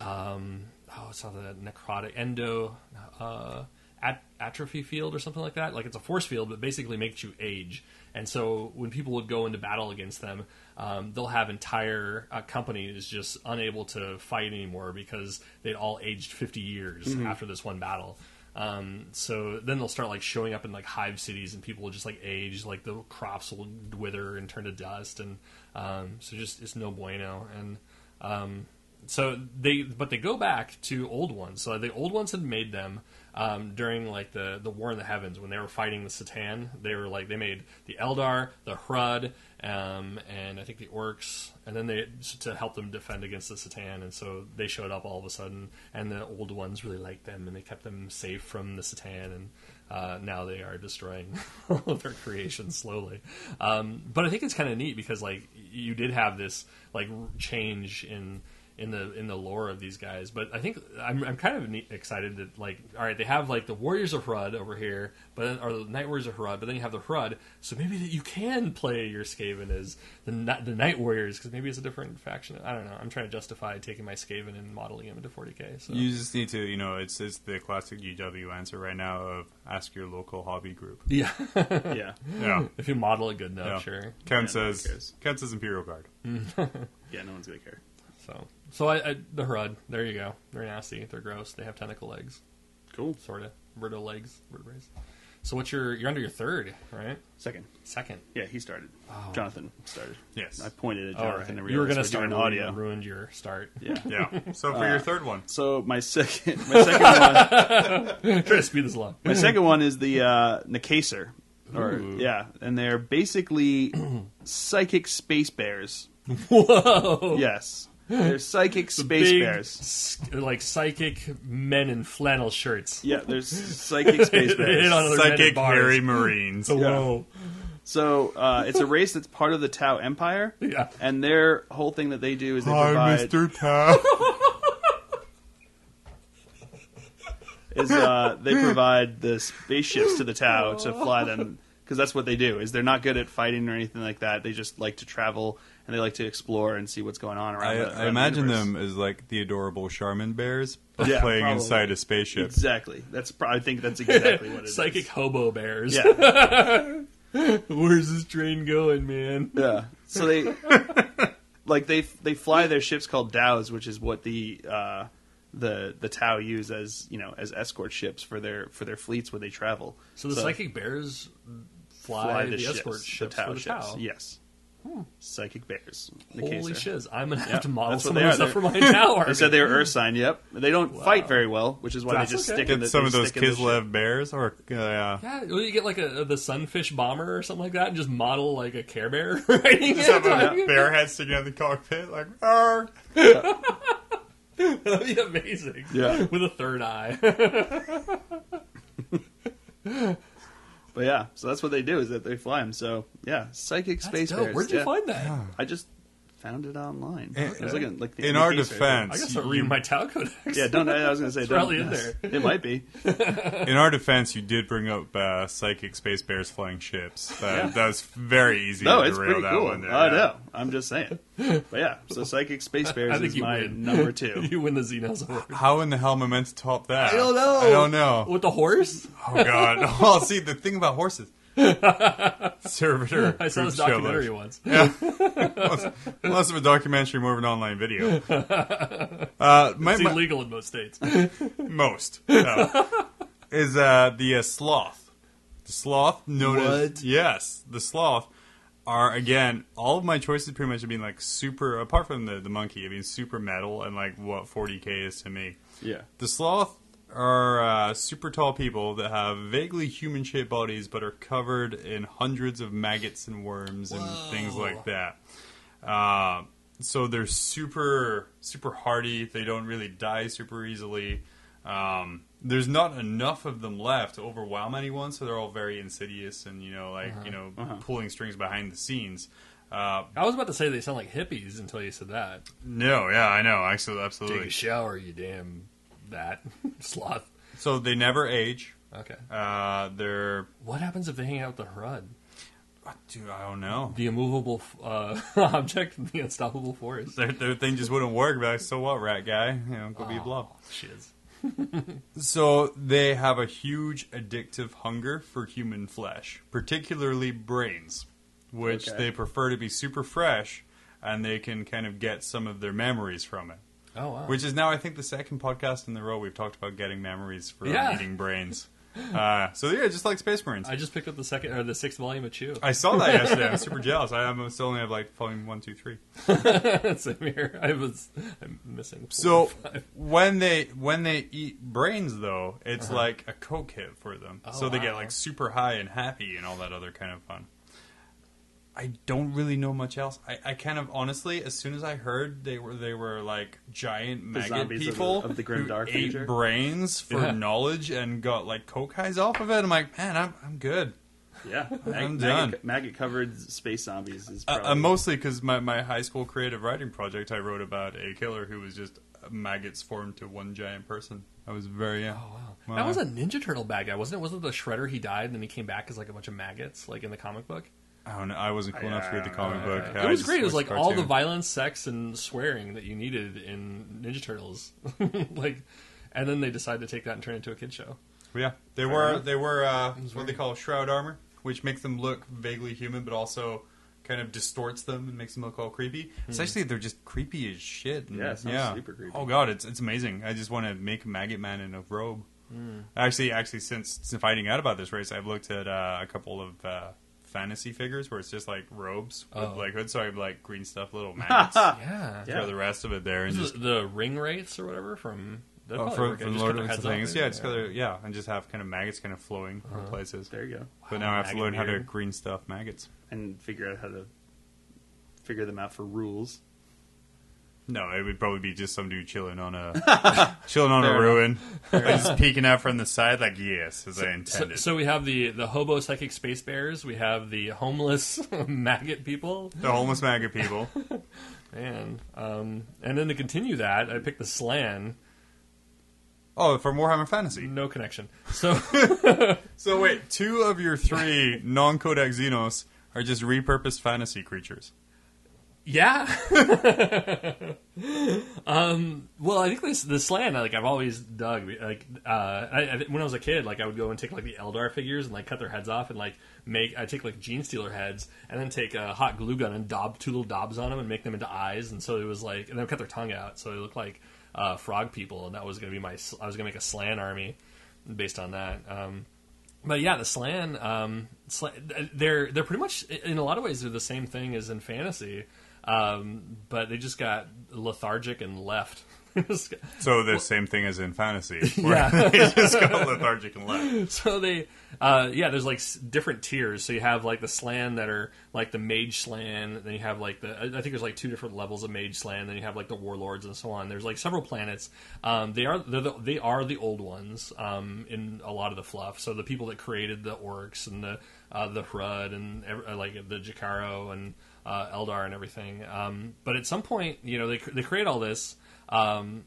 S4: um, oh, it's not the necrotic endo uh, at- atrophy field or something like that. Like it's a force field, but basically makes you age. And so when people would go into battle against them, um, they'll have entire uh, companies just unable to fight anymore because they'd all aged 50 years after this one battle. Um, so then they'll start like showing up in like hive cities, and people will just like age, like the crops will wither and turn to dust, and um, so just it's no bueno. And um, so they, but they go back to old ones. So the old ones had made them um, during like the the War in the Heavens when they were fighting the Satan. They were like they made the Eldar, the Hrud, um, and I think the Orcs, and then they to help them defend against the Satan. And so they showed up all of a sudden, and the old ones really liked them, and they kept them safe from the Satan. And uh, now they are destroying [LAUGHS] all of their creations slowly. Um, but I think it's kind of neat because like you did have this like r- change in in the in the lore of these guys. But I think I'm, I'm kind of neat, excited that like all right, they have like the Warriors of Hrud over here, but then, or the Night Warriors of Hrud, but then you have the Hrud, so maybe that you can play your Skaven as the Ni- the Night Warriors because maybe it's a different faction. I don't know. I'm trying to justify taking my Skaven and modeling him into 40k.
S1: [LAUGHS]
S4: So
S1: You just need to, you know, it's it's the classic GW answer right now of ask your local hobby group.
S4: yeah,
S2: Yeah,
S1: Yeah.
S4: if you model it good enough,
S1: Yeah.
S4: sure.
S1: Ken
S2: Yeah, who
S1: says
S2: cares?
S1: Ken says Imperial Guard.
S2: yeah. No one's gonna care.
S4: So so I, I the Hrud. There you go. They're nasty. They're gross. They have tentacle legs,
S2: Cool.
S4: sort of vertical legs, vertebrae. So what's your you're under your third, right?
S2: Second.
S4: Second.
S2: Yeah, he started.
S4: Oh.
S2: Jonathan started.
S1: Yes.
S2: I pointed at
S4: All
S2: Jonathan
S4: right.
S2: and
S4: You were
S2: going to
S4: start
S2: an
S4: when you
S2: audio.
S4: Ruined your start.
S2: Yeah.
S1: [LAUGHS] Yeah. So for your
S2: Uh,
S1: third one,
S2: So my second, my second one,
S4: [LAUGHS] Try to speed this along.
S2: my second one is the uh, Nicaser, or
S4: Ooh.
S2: yeah, and they're basically psychic space bears.
S4: Whoa!
S2: Yes, they're psychic [LAUGHS] space
S4: Big,
S2: bears.
S4: s- like psychic men in flannel shirts.
S2: Yeah, there's psychic
S4: [LAUGHS]
S2: space
S4: They [LAUGHS] hit
S2: bears.
S4: on other men in
S1: psychic
S4: bars.
S1: hairy
S4: [LAUGHS]
S1: Marines.
S4: Whoa!
S2: So uh, it's a race that's part of the Tau Empire,
S4: Yeah.
S2: and their whole thing that they do is they
S1: Hi,
S2: provide [LAUGHS]
S1: Mr. Tao.
S2: is uh, they provide the spaceships to the Tau to fly them because that's what they do. Is they're not good at fighting or anything like that. They just like to travel and they like to explore and see what's going on around.
S1: I,
S2: the, around
S1: I
S2: the
S1: imagine
S2: universe.
S1: them as like the adorable Charmin bears, but
S2: Yeah,
S1: playing
S2: probably.
S1: inside a spaceship.
S2: exactly. That's pro- I think that's exactly
S4: [LAUGHS]
S2: what it is.
S4: Psychic hobo bears.
S1: [LAUGHS]
S2: Yeah,
S4: [LAUGHS] Where's this train
S2: [LAUGHS]
S4: going, man?
S2: yeah. So they like they they fly their ships called Dows, which is what the uh, the the Tau use as you know as escort ships for their for their fleets when they travel.
S4: So the psychic bears fly, the, escort ships
S2: the Tau
S4: for the
S2: ships.
S4: Tao.
S2: Yes. Psychic bears. The
S4: Hmm. Holy
S2: Kaiser.
S4: shiz! I'm gonna have
S2: Yeah,
S4: to model
S2: that's what
S4: some
S2: they
S4: of
S2: are.
S4: this stuff for
S2: They're- [LAUGHS]
S4: my Tao. army.
S2: They
S4: [LAUGHS]
S2: said they were Earth sign. Yep, they don't fight very well, which is why
S4: That's
S2: they just
S4: okay.
S2: stick
S1: Get
S2: in the,
S1: some of
S2: they
S1: those
S2: stick in the ship.
S1: Kislev bears, or uh,
S4: [LAUGHS]
S1: yeah,
S4: Yeah, well, you get like a the sunfish bomber or something like that, and just model like a
S2: [LAUGHS]
S4: Care Bear [LAUGHS] riding
S1: just have
S4: it.
S1: a bear head sticking out of the cockpit, like Arr!
S4: [LAUGHS] That'd be amazing.
S2: Yeah.
S4: with a third eye. [LAUGHS]
S2: But yeah, so that's what they do is that they fly them. So yeah, psychic
S4: That's
S2: space
S4: dope.
S2: bears.
S4: Where'd you
S2: yeah.
S4: find that?
S2: I just found it online. I
S1: Okay.
S2: was looking like the
S1: In our
S2: indicator.
S4: I
S1: defense,
S4: gotta start reading my Tau Codex. [LAUGHS]
S2: Yeah, don't. I was gonna say
S4: It's
S2: don't-
S4: probably in
S2: yes.
S4: there.
S2: It might be.
S1: in our defense, you did bring up uh, psychic space bears flying ships. That, that was very easy
S2: No,
S1: to
S2: it's
S1: derail
S2: pretty
S1: that
S2: cool.
S1: one. There,
S2: I
S1: yeah.
S2: know. I'm just saying. But yeah,
S4: [LAUGHS]
S2: so psychic space
S4: I
S2: bears
S4: think
S2: is
S4: you
S2: my
S4: win.
S2: number two.
S4: [LAUGHS] you win the Xenos Award.
S1: How in the hell am I meant to top that?
S4: I don't know.
S1: I don't know.
S4: With the [LAUGHS] horse?
S1: Oh God! Oh, see the thing about horses.
S4: [LAUGHS]
S1: Servitor.
S4: I saw
S1: group
S4: this
S1: show
S4: documentary
S1: lunch.
S2: [LAUGHS]
S4: once.
S1: Less of a documentary, more of an online
S4: [LAUGHS]
S1: video. Uh, my,
S4: It's
S1: my-
S4: illegal in most states.
S1: most no. is uh, the uh, sloth. The sloth noticed.
S4: What?
S1: Yes, the sloth are again all of my choices pretty much have been like super. Apart from the the monkey, I mean super metal and like what 40k is to me.
S2: Yeah.
S1: The sloth are uh, super tall people that have vaguely human shaped bodies but are covered in hundreds of maggots and worms and things like that. Uh, so they're super, super hardy. They don't really die super easily. Um, there's not enough of them left to overwhelm anyone, so they're all very insidious and you know,
S4: Uh-huh.
S1: like you know, pulling strings behind the scenes. Uh,
S4: I was about to say they sound like hippies until you said that.
S1: no, yeah, I know, actually,
S4: Take a
S1: absolutely.
S4: shower, you damn that [LAUGHS] sloth.
S1: So they never age.
S4: Okay.
S1: Uh, they're
S4: What happens if they hang out with the Hrud?
S1: Dude, I don't know.
S4: The immovable uh, [LAUGHS] object, and the unstoppable force.
S1: Their, their thing just wouldn't work. But like, so what, rat guy? You know, go be a blob.
S4: Shiz.
S1: So they have a huge addictive hunger for human flesh, particularly brains, which
S2: Okay.
S1: they prefer to be super fresh, and they can kind of get some of their memories from it.
S4: Oh wow.
S1: Which is now, I think, the second podcast in the row we've talked about getting memories from
S4: Yeah.
S1: eating brains. [LAUGHS] Uh, so yeah, just like Space Marines.
S4: I just picked up the second or the sixth volume of [LAUGHS] Chew.
S1: I saw that yesterday. I'm super jealous. I almost only have like volume one, two, three.
S4: Same here. I was I'm missing. four or
S1: So
S4: [LAUGHS] five.
S1: when they when they eat brains, though, it's like a coke hit for them. so they get
S4: Uh-huh. Oh, wow.
S1: like super high and happy and all that other kind of fun. I don't really know much else. I, I kind of honestly, as soon as I heard they were they were like giant maggot
S2: zombies of the-
S1: people
S2: of the Grim
S1: who
S2: Dark
S1: ate
S2: Future?
S1: brains for
S4: Yeah.
S1: knowledge and got like coke highs off of it, I'm like, man, I'm I'm good.
S2: Yeah,
S1: I'm done.
S2: Maggot, maggot covered space zombies is
S1: Uh,
S2: probably
S1: uh, mostly because my, my high school creative writing project, I wrote about a killer who was just maggots formed to one giant person. I was very uh,
S4: Oh, wow.
S1: Wow.
S4: That was a Ninja Turtle bad guy, wasn't it? Wasn't it the Shredder he died and then he came back as like a bunch of maggots, like in the comic book?
S1: I don't know. I wasn't cool enough to read the comic book.
S4: it
S1: I
S4: was
S1: just
S4: great. It was
S1: watched
S4: like all the
S1: cartoon.
S4: violence, sex, and swearing that you needed in Ninja Turtles. [LAUGHS] like, and then they decided to take that and turn it into a kid show.
S1: Yeah, they were
S2: enough.
S1: they were uh, what they call shroud armor, which makes them look vaguely human, but also kind of distorts them and makes them look all creepy. Essentially, they're just creepy as shit. and-
S2: Yeah, it sounds super creepy.
S1: Oh god, it's it's amazing. I just want to make Maggot Man in a robe. Actually, actually, since, since finding out about this race, I've looked at uh, a couple of. Uh, Fantasy figures where it's just like robes with
S4: Oh.
S1: like hoods, sorry, like green stuff, little maggots for
S4: Yeah.
S2: Yeah.
S1: the rest of it there, and
S4: The,
S1: just
S4: the ring wraiths or whatever from. that'd
S1: Oh,
S4: probably
S1: for,
S4: work.
S1: for
S4: Just cut
S1: Lord
S4: their
S1: of the
S4: heads off
S1: Things,
S4: and-
S1: yeah, just color, yeah, and just have kind of maggots kind of flowing in places.
S2: There you go,
S1: But now I have to
S4: Maggot
S1: learn how to
S4: beard.
S1: green stuff maggots.
S2: and figure out how to figure them out for rules.
S1: No, it would probably be just some dude chilling on a [LAUGHS] chilling on a
S2: Fair
S1: ruin, like just peeking out from the side, like yes, as I
S4: So,
S1: intended.
S4: so we have the, the hobo psychic space bears. We have the homeless [LAUGHS] maggot people.
S1: the homeless maggot people.
S4: Man. Um, and then to continue that, I picked the Slan.
S1: [LAUGHS] Oh, for Warhammer Fantasy.
S4: No connection. So [LAUGHS]
S1: So wait, two of your [LAUGHS] three non-codex Xenos are just repurposed fantasy creatures.
S4: Yeah. [LAUGHS] um, well, I think this the slan like I've always dug like uh, I, I, when I was a kid like I would go and take like the Eldar figures and like cut their heads off and like make I take like gene stealer heads and then take a hot glue gun and daub two little daubs on them and make them into eyes and so it was like and then cut their tongue out so they looked like uh, frog people and that was gonna be my sl- I was gonna make a slan army based on that. Um, but yeah, the slan, um, sla- they're they're pretty much in a lot of ways they're the same thing as in fantasy, um, but they just got lethargic and left. [LAUGHS]
S1: So the same thing as in fantasy, [LAUGHS] where
S4: Yeah.
S1: they just got lethargic and left.
S4: [LAUGHS] so they, uh, yeah, there's like s- different tiers. So you have like the slan that are like the mage slan, then you have like the I I think there's like two different levels of mage slan, then you have like the warlords and so on. There's like several planets. Um, they are they're the, they are the old ones um, in a lot of the fluff. So the people that created the orcs and the uh, the Hrud and ev- uh, like the Jacaro and uh, Eldar and everything. Um, but at some point, you know, they cr- they create all this. Um,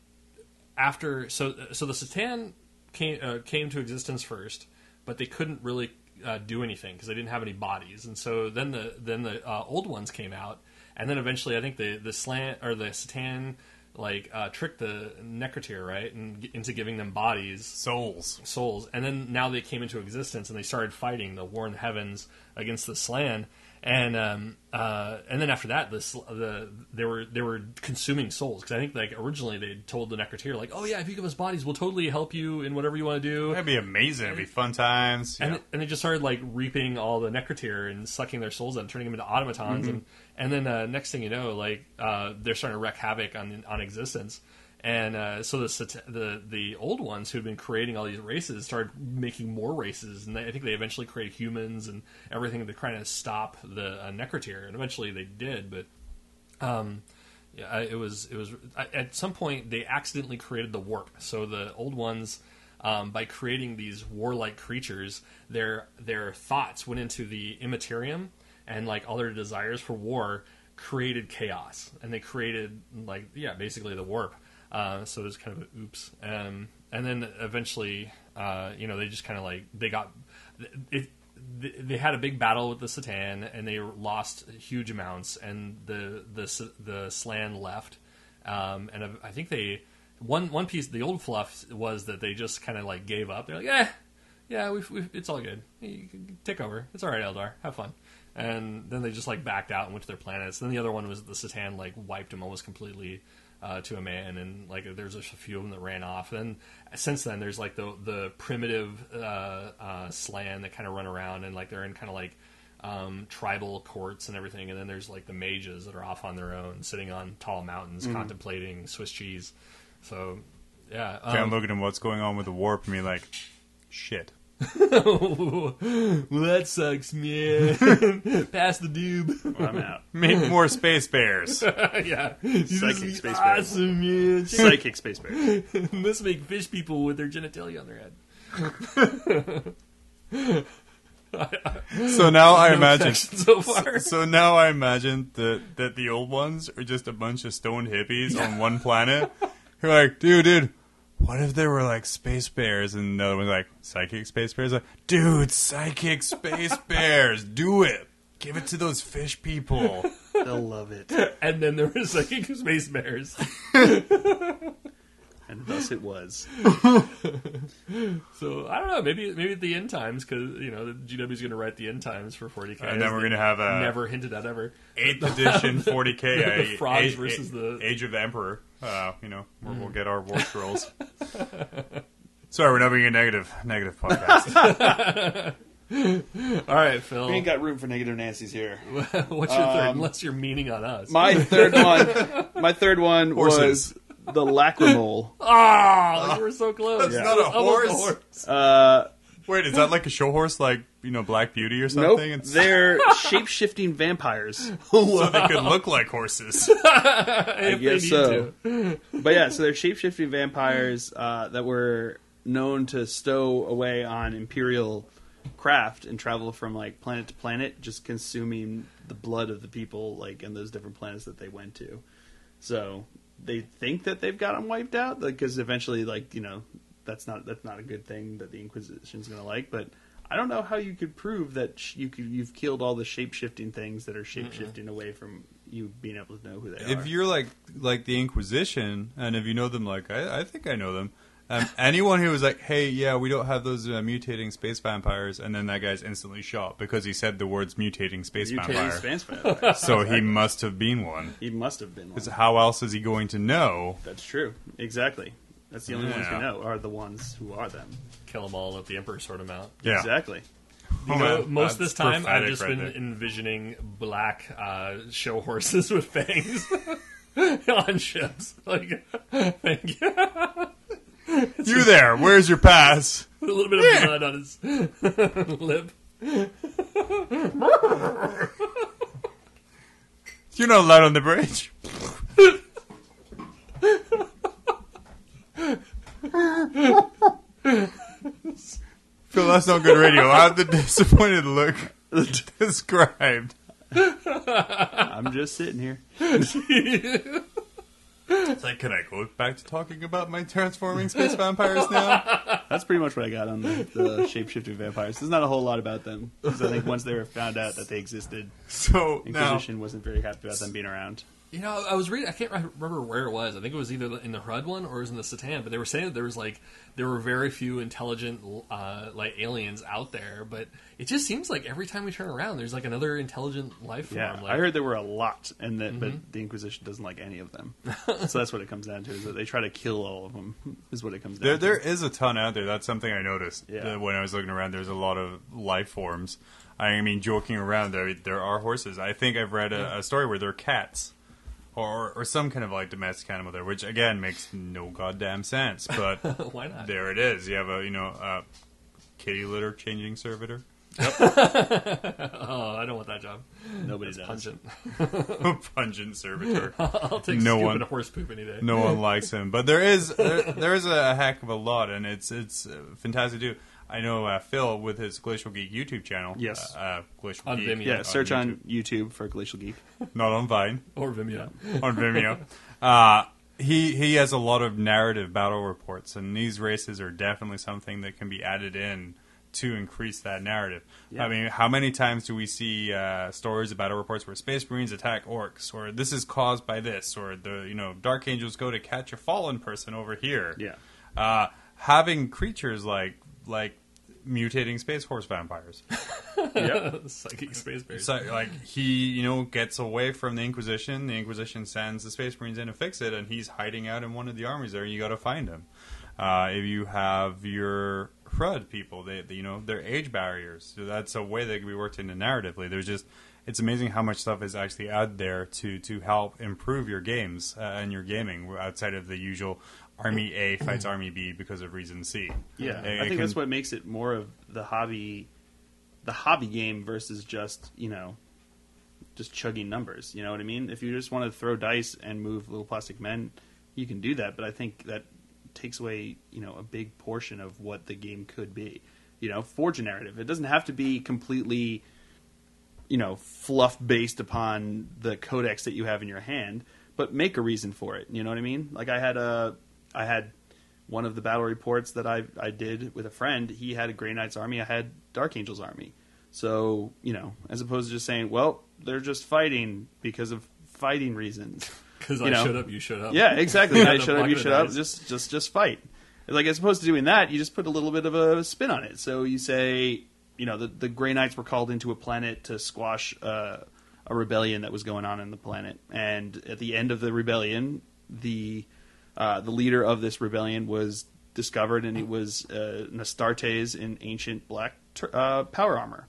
S4: after so so the Satan came uh, came to existence first, but they couldn't really uh, do anything because they didn't have any bodies, and so then the then the uh, old ones came out, and then eventually I think the the slant or the Satan like uh, tricked the Necroteer right and into giving them bodies
S1: Souls.
S4: souls, and then now they came into existence and they started fighting the war in the heavens against the Slan, and um, uh, and then after that, the Sl- the they were they were consuming souls because I think like originally they told the Necroteer like, oh yeah, if you give us bodies, we'll totally help you in whatever you want to do.
S1: That'd be amazing. It'd be fun times.
S4: And,
S1: Yeah.
S4: and they just started like reaping all the necroteer and sucking their souls out and turning them into automatons and and then uh, next thing you know like uh, they're starting to wreak havoc on on existence and uh, so the sat- the the old ones who had been creating all these races started making more races and they, I think they eventually created humans and everything to kind of stop the uh, necroteer and eventually they did but um, yeah, I, it was it was I, at some point they accidentally created the warp. So the old ones, um, by creating these warlike creatures, their their thoughts went into the immaterium, and like all their desires for war created chaos, and they created like yeah, basically the warp. Uh, so it was kind of an oops. Um, and then eventually, uh, you know, they just kind of like they got it, th- they had a big battle with the Satan, and they lost huge amounts, and the the S- the Slan left, um, and I I think they one one piece, the old fluff was that they just kind of like gave up. They're like, eh, yeah, we've, we've, it's all good. You can take over. It's all right, Eldar. Have fun. And then they just like backed out and went to their planets. Then the other one was the Satan like wiped them almost completely uh, to a man, and like there's just a few of them that ran off. And since then, there's like the the primitive uh, uh, slan that kind of run around and like they're in kind of like um, tribal courts and everything. And then there's like the mages that are off on their own, sitting on tall mountains, contemplating Swiss cheese. So yeah,
S1: Okay,
S4: um,
S1: I'm looking at what's going on with the warp and be like, [LAUGHS] shit.
S4: um, [LAUGHS] well, that sucks, man. [LAUGHS] Pass the dube.
S2: I'm [LAUGHS] out.
S1: Make more space bears.
S4: [LAUGHS] yeah, this
S2: Psychic
S4: is
S2: space bear.
S4: awesome,
S1: [LAUGHS]
S4: man.
S2: Psychic space bear.
S4: Let's make fish people with their genitalia on their head.
S1: So
S4: [LAUGHS]
S1: now I [LAUGHS] imagine. [LAUGHS]
S4: Action so far.
S1: So now I imagine that that the old ones are just a bunch of stoned hippies on one planet. Who are like, dude, dude, what if there were like space bears? And the other one's like, psychic space bears. Like, dude, psychic
S4: [LAUGHS]
S1: space bears, do it. Give it to those fish people.
S2: They'll love it.
S4: and then there was [LAUGHS] psychic space bears.
S2: And thus it was.
S4: So I don't know. Maybe maybe at the end times because you know the GW's going to write the end times for 40k.
S1: And then we're gonna uh, have a
S4: never hinted at ever. [LAUGHS]
S1: eighth edition 40k.
S4: The
S1: a-
S4: frogs
S1: age,
S4: versus the- Mm.
S1: age of the emperor. Uh, you know, where we'll get our war
S4: [LAUGHS]
S1: scrolls. Sorry, we're not being a negative
S4: [LAUGHS]
S1: negative podcast.
S4: All right,
S2: We
S4: Phil. [LAUGHS]
S2: ain't got room for negative Nancy's here.
S4: What's your
S2: Um,
S4: third? Unless you're meaning on us.
S2: My [LAUGHS] third one. My third one
S1: Horses.
S2: was the lacrimol.
S4: Ah, you were so close.
S1: That's
S4: It
S1: not
S4: was
S1: a
S4: almost
S1: horse.
S4: [LAUGHS]
S2: Uh,
S1: Wait, is that like a show horse, like you know, Black Beauty or
S2: nope,
S1: something? It's-
S2: they're shape shifting [LAUGHS] vampires.
S1: so they could look like horses.
S4: If they
S2: guess
S4: need
S2: so.
S4: to.
S2: [LAUGHS] but yeah, so they're shape shifting vampires uh, that were known to stow away on imperial craft and travel from like planet to planet, just consuming the blood of the people like in those different planets that they went to. So they think that they've got them wiped out because eventually, like you know, that's not that's not a good thing that the Inquisition's going to like, but. I don't know how you could prove that sh- you could, you've killed all the shape shifting things that are shape shifting away from you being able to know who they are.
S1: if you're like like the Inquisition, and if you know them, like I, I think I know them. Um, anyone who was like, "Hey, yeah, we don't have those uh, mutating space vampires," and then that guy's instantly shot because he said the words "mutating space
S2: Mutating
S1: vampire," [LAUGHS]
S2: space vampire.
S1: so he must have been one.
S2: He must have been one.
S1: 'Cause how else is he going to know?
S2: That's true. Exactly. That's the only ones
S1: Yeah.
S2: we know are the ones who are them.
S4: Kill them all. Let the emperor sort them out.
S1: Yeah,
S2: Exactly.
S1: Oh,
S4: So
S1: man,
S4: most of
S1: that's
S4: this time, I've
S1: prophetic
S4: just
S1: right
S4: been
S1: there.
S4: envisioning black uh, show horses [LAUGHS] with fangs on ships. Like, thank you. [LAUGHS]
S1: you there? Where's your pass?
S4: a little bit of blood on his [LAUGHS] lip.
S1: You're not allowed on the bridge. Phil, that's not good radio. I have the disappointed look [LAUGHS] described.
S2: I'm just sitting here.
S1: It's like, can I go back to talking about my transforming space vampires now?
S2: That's pretty much what I got on the, the shape-shifting vampires. There's not a whole lot about them. 'cause I think once they were found out that they existed,
S1: So now,
S2: Inquisition wasn't very happy about them being around.
S4: You know, I was reading. I can't re- remember where it was. I think it was either in the HUD one or it was in the Satan. But they were saying that there was like there were very few intelligent uh, like aliens out there. But it just seems like every time we turn around, there's like another intelligent life form.
S2: Yeah,
S4: like,
S2: I heard there were a lot, and that but the Inquisition doesn't like any of them. so that's what it comes down to: is that they try to kill all of them. Is what it comes down
S1: there
S2: to.
S1: there is a ton out there. That's something I noticed
S2: Yeah.
S1: uh, when I was looking around. There's a lot of life forms. I mean, joking around, there there are horses. I think I've read a, a story where they're cats, or or some kind of like domestic animal there, which again makes no goddamn sense. But
S4: [LAUGHS] why not?
S1: there it is. You have a you know a kitty litter changing servitor. [LAUGHS]
S4: Oh, I don't want that job.
S2: Nobody does.
S4: Pungent. [LAUGHS]
S1: pungent servitor.
S4: I'll take
S1: No
S4: stupid
S1: one-
S4: horse poop any day.
S1: no
S2: [LAUGHS]
S1: one likes him. But there is there, there is a heck of a lot, and it's it's uh, fantastic to do. I know uh, Phil with his Glacial Geek YouTube channel.
S2: Yes.
S1: uh, uh, Glacial
S4: On
S1: Geek.
S4: Vimeo.
S2: Yeah,
S4: On
S2: search on YouTube for Glacial Geek.
S1: not on Vine,
S4: Or Vimeo.
S2: [LAUGHS]
S1: on Vimeo. uh, he he has a lot of narrative battle reports, and these races are definitely something that can be added in to increase that narrative.
S2: Yeah.
S1: I mean, how many times do we see uh, stories about or reports where Space Marines attack orcs, or this is caused by this, or the you know Dark Angels go to catch a fallen person over here?
S2: Yeah.
S1: uh, having creatures like like mutating space horse vampires.
S4: [LAUGHS] Psychic space bears.
S1: So like he, you know, gets away from the Inquisition. The Inquisition sends the Space Marines in to fix it, and he's hiding out in one of the armies there. You got to find him. Uh, if you have your crud people, they, they- you know, their age barriers. So that's a way that can be worked into narratively. There's just it's amazing how much stuff is actually out there to to help improve your games uh, and your gaming outside of the usual army A fights army B because of reason C.
S2: Yeah,
S1: It- it
S2: I think that's
S1: can-
S2: what makes it more of the hobby, the hobby game versus just you know, just chugging numbers. You know what I mean? If you just want to throw dice and move little plastic men, you can do that. But I think that takes away you know a big portion of what the game could be. You know, forge a narrative. It doesn't have to be completely you know fluff based upon the codex that you have in your hand, but make a reason for it. You know what I mean? Like I had a, I had one of the battle reports that I I did with a friend. He had a Grey Knight's army. I had Dark Angel's army. So you know, as opposed to just saying, well, they're just fighting because of fighting reasons.
S4: Because
S2: you
S4: I
S2: know.
S4: showed up, you showed up.
S2: Yeah,
S4: [LAUGHS]
S2: exactly. I
S4: Yeah,
S2: showed up, you
S4: pocket
S2: showed up.
S4: dice.
S2: Just, just, just fight. Like as opposed to doing that, you just put a little bit of a spin on it. So you say, you know, the the Grey Knights were called into a planet to squash uh, a rebellion that was going on in the planet, and at the end of the rebellion, the uh, the leader of this rebellion was discovered, and it was uh, an Astartes in ancient black tr- uh, power armor,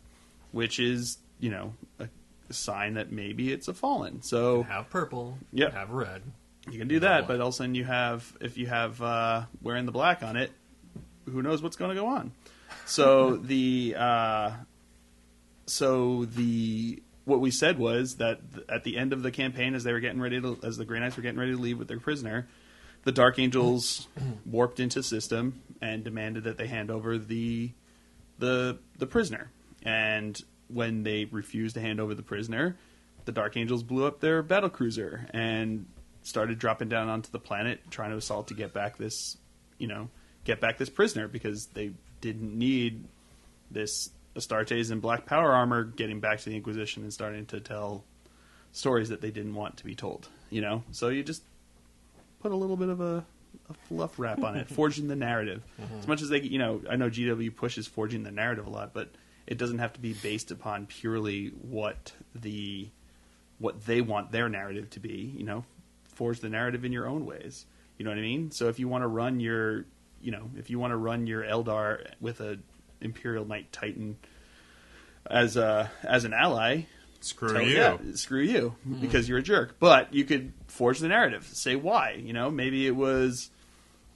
S2: which is, you know, a sign that maybe it's a fallen. So
S4: Have purple.
S2: Yeah.
S4: Have red.
S2: you can do that, but all of a sudden you have if you have uh, wearing the black on it, who knows what's going to go on? So the uh, so the what we said was that th- at the end of the campaign, as they were getting ready to, as the Grey Knights were getting ready to leave with their prisoner, the Dark Angels warped into system and demanded that they hand over the the the prisoner. And when they refused to hand over the prisoner, the Dark Angels blew up their battle cruiser and started dropping down onto the planet, trying to assault to get back this, you know, get back this prisoner because they didn't need this Astartes in black power armor getting back to the Inquisition and starting to tell stories that they didn't want to be told. You know, so you just put a little bit of a, a fluff wrap on it, forging the narrative. As much as they, you know, I know GW pushes forging the narrative a lot, but it doesn't have to be based upon purely what the what they want their narrative to be. You know, forge the narrative in your own ways. You know what I mean? So if you want to run your, you know, if you want to run your Eldar with a Imperial Knight Titan as a as an ally,
S1: Screw
S2: tell-
S1: you. Hmm.
S2: yeah, screw you, because you're a jerk. But you could forge the narrative. Say why. You know, maybe it was,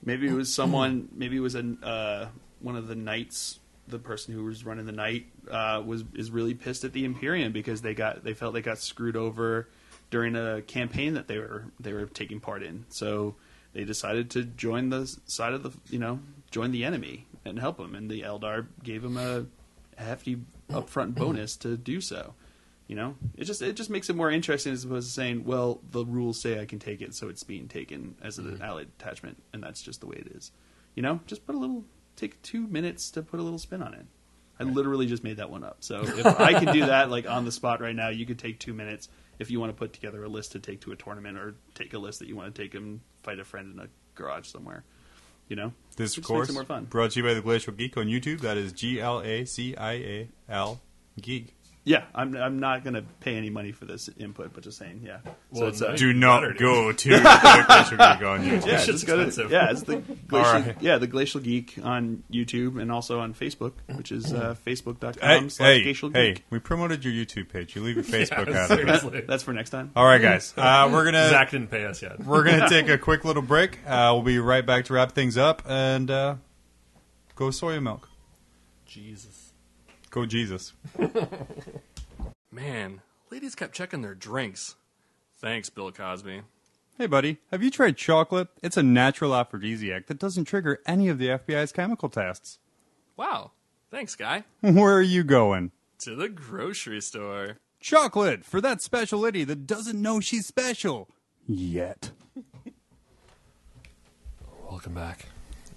S2: maybe it was
S1: [CLEARS THROAT]
S2: someone. Maybe it was an uh, one of the knights. The person who was running the night uh, was is really pissed at the Imperium because they got they felt they got screwed over during a campaign that they were they were taking part in. So they decided to join the s- side of the you know join the enemy and help them. And the Eldar gave them a hefty upfront bonus to do so. You know, it just it just makes it more interesting as opposed to saying, "Well, the rules say I can take it, so it's being taken as
S1: Mm-hmm.
S2: an allied attachment, and that's just the way it is." You know, just put a little take two minutes to put a little spin on it. I literally just made that one up. So if I could do that, like on the spot right now, you could take two minutes if you want to put together a list to take to a tournament, or take a list that you want to take and fight a friend in a garage somewhere. You know,
S1: This
S2: It just
S1: course
S2: makes it more fun.
S1: brought to you by the Glacial Geek on YouTube. That is G L A C I A L Geek.
S2: Yeah, I'm I'm not gonna pay any money for this input, but just saying, yeah.
S4: Well,
S2: so it's uh,
S4: nice.
S1: Do not go to the Glacial Geek on YouTube.
S2: yeah,
S4: It's
S2: just
S4: just
S2: go to,
S4: expensive.
S2: yeah, it's the glacial,
S1: right.
S2: yeah the glacial geek on YouTube and also on Facebook, which is uh, facebook.com
S1: Hey,
S2: slash
S1: hey,
S2: glacial
S1: hey,
S2: geek.
S1: we promoted your YouTube page. You leave your Facebook out of it.
S4: Seriously.
S2: [LAUGHS] That's for
S1: [LAUGHS]
S2: next time.
S1: All right, guys. Uh, we're gonna
S4: Zach didn't pay us yet.
S1: we're gonna take a quick little break. Uh, we'll be right back to wrap things up and uh, go soya milk.
S4: Jesus.
S1: Go Jesus.
S5: Man, ladies kept checking their drinks. Thanks, Bill Cosby.
S1: Hey, buddy, have you tried chocolate? It's a natural aphrodisiac that doesn't trigger any of the FBI's chemical tests. [LAUGHS]
S5: Wow. Thanks, guy.
S1: Where are you going?
S5: To the grocery store.
S1: Chocolate for that special lady that doesn't know she's special yet.
S6: Welcome back.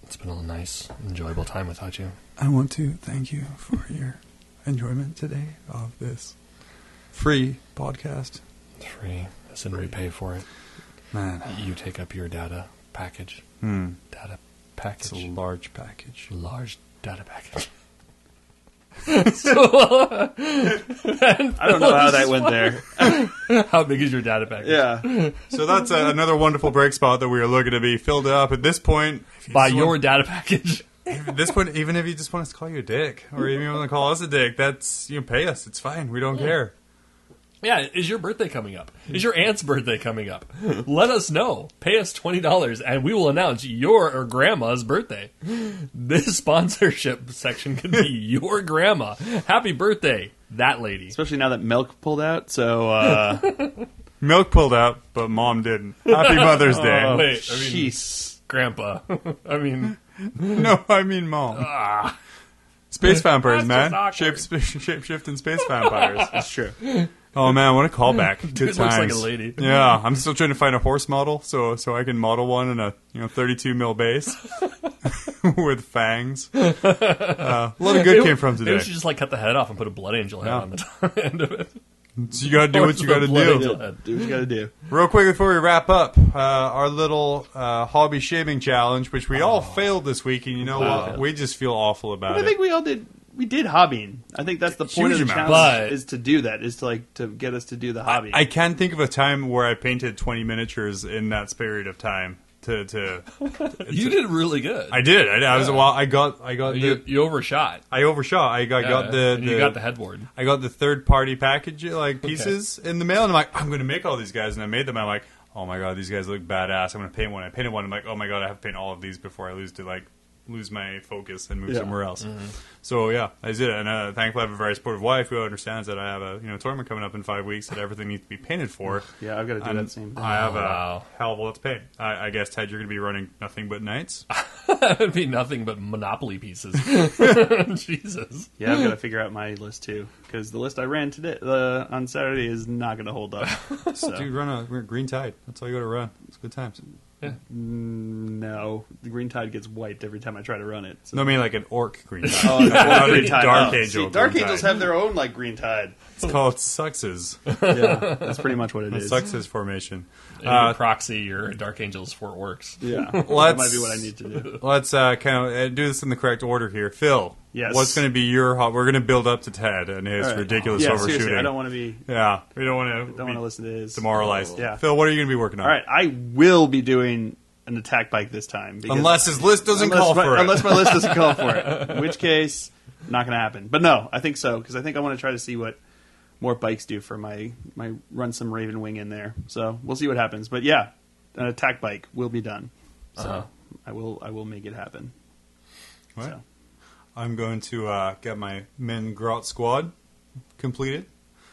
S4: It's been a nice, enjoyable time without you.
S1: I want to thank you for your enjoyment today of this free podcast.
S4: It's free. As in, we pay for it.
S1: Man,
S4: You take up your data package.
S1: hmm,
S4: Data
S1: it's
S4: package.
S1: a large package.
S4: large data package.
S2: I don't know how that went there.
S4: [LAUGHS] How big is your data package?
S2: Yeah.
S1: So that's uh, another wonderful break spot that we are looking to be filled up at this point. if you
S4: By
S1: just
S4: your
S1: want-
S4: data package.
S1: at this point, even if you just want us to call you a dick, or even if you want to call us a dick, that's you know, pay us. It's fine. We don't care.
S4: [LAUGHS] Yeah, is your birthday coming up? Is your aunt's birthday coming up? Let us know. Pay us $20 and we will announce your or grandma's birthday. This sponsorship section
S1: [LAUGHS]
S4: could be your grandma. Happy birthday, that lady.
S2: Especially now that milk pulled out, so uh
S1: [LAUGHS] Milk pulled out, but mom didn't. Happy [LAUGHS] Mother's Day.
S4: Wait, I mean,
S2: jeez.
S4: grandpa. [LAUGHS] I mean,
S1: [LAUGHS] No, I mean mom. Ah. Space vampires,
S4: That's
S1: man.
S4: just
S1: Shape, [LAUGHS] shape shifting space vampires.
S2: That's true.
S1: Oh man, what a callback!
S4: [LAUGHS]
S1: Good
S4: Dude looks
S1: times.
S4: like a lady.
S1: Yeah, I'm still trying to find a horse model, so so I can model one in a you know 32 mil base [LAUGHS] with fangs. Uh, a lot of good
S4: It-
S1: came from
S4: Maybe
S1: today.
S4: we should just like cut the head off and put a blood angel head
S1: Yeah.
S4: on the [LAUGHS] top end of it.
S1: So you gotta do what you
S4: Horse
S1: gotta
S4: with a bloody
S1: do.
S2: Do what you gotta do.
S1: Real quick before we wrap up, uh, our little uh, hobby shaving challenge, which we
S4: Oh.
S1: all failed this week, and you know what? We just feel awful about
S2: I
S1: it.
S2: think we all did. We did hobbying. I think that's the point of the
S1: Huge amount.
S2: challenge
S4: But-
S2: is to do that, is to like to get us to do the hobby.
S1: I can think of a time where I painted 20 miniatures in that period of time. To, to
S4: You did really good.
S1: I did. I, I was a while. I got. I got.
S4: you,
S1: the,
S4: you overshot.
S1: I overshot. I got, I got
S4: Yeah,
S1: the,
S4: and
S1: the,
S4: you got the headboard. [LAUGHS]
S1: I got the third party package like pieces in the mail, and I'm like, I'm going to make all these guys, and I made them. I'm like, oh my god, these guys look badass. I'm going to paint one. I painted one. I'm like, oh my god, I have to paint all of these before I lose to like lose my focus and move
S2: Yeah.
S1: somewhere else.
S4: Mm-hmm.
S1: So yeah, I did it, and uh, thankfully I have a very supportive wife who understands that I have a you know tournament coming up in five weeks that everything needs to be painted for.
S2: yeah, I've got to do
S1: And
S2: that same.
S1: I have
S4: Oh,
S1: a
S4: wow.
S1: hell of a lot to paint. I, I guess Ted, you're going to be running nothing but knights.
S4: That would be nothing but
S1: [LAUGHS]
S4: Monopoly pieces. [LAUGHS] Jesus.
S2: Yeah, I've got to figure out my list too, because the list I ran today uh, on Saturday is not gonna hold [LAUGHS] up. So.
S1: Dude, run a run a green tide. That's all you got to run. It's good times.
S2: mm, No, the green tide gets wiped every time I try to run it.
S1: [LAUGHS]
S2: So.
S1: No, I mean like an orc green tide.
S2: [LAUGHS] Oh, no,
S1: Not a
S2: green tide.
S1: dark
S2: oh.
S1: angel.
S2: See, dark
S1: green
S2: angels
S1: tide.
S2: have their own like
S1: [LAUGHS]
S2: green tide.
S1: It's
S2: [LAUGHS]
S1: called suxes.
S2: Yeah, that's pretty much what it
S1: It's
S2: is.
S1: suxes formation.
S4: And you
S1: Uh,
S4: proxy your Dark Angels for orcs.
S1: [LAUGHS]
S2: Yeah, that
S1: Let's-
S2: might be what I need to do.
S1: let's uh, kind of uh, do this in the correct order here. Phil,
S2: Yes.
S1: what's going to be your hot? We're going to build up to Ted and his
S2: All right.
S1: ridiculous
S2: yeah,
S1: overshooting.
S2: seriously, I don't want to be.
S1: yeah, we don't want
S2: Don't want to listen to his
S1: demoralized.
S2: Yeah.
S1: Phil, what are you going to be working on?
S2: All right, I will be doing an attack bike this time. because-
S1: Unless his list doesn't
S2: unless
S1: call
S2: my,
S1: for
S2: unless
S1: it.
S2: my list doesn't call for
S1: [LAUGHS]
S2: it, in which case not going to happen. But no, I think so because I think I want to try to see what more bikes do for my my run some Raven Wing in there. So we'll see what happens. But yeah, an attack bike will be done. So
S4: Uh-huh.
S2: I will I will make it happen.
S1: All right.
S2: So.
S1: I'm going to uh, get my men grot squad completed.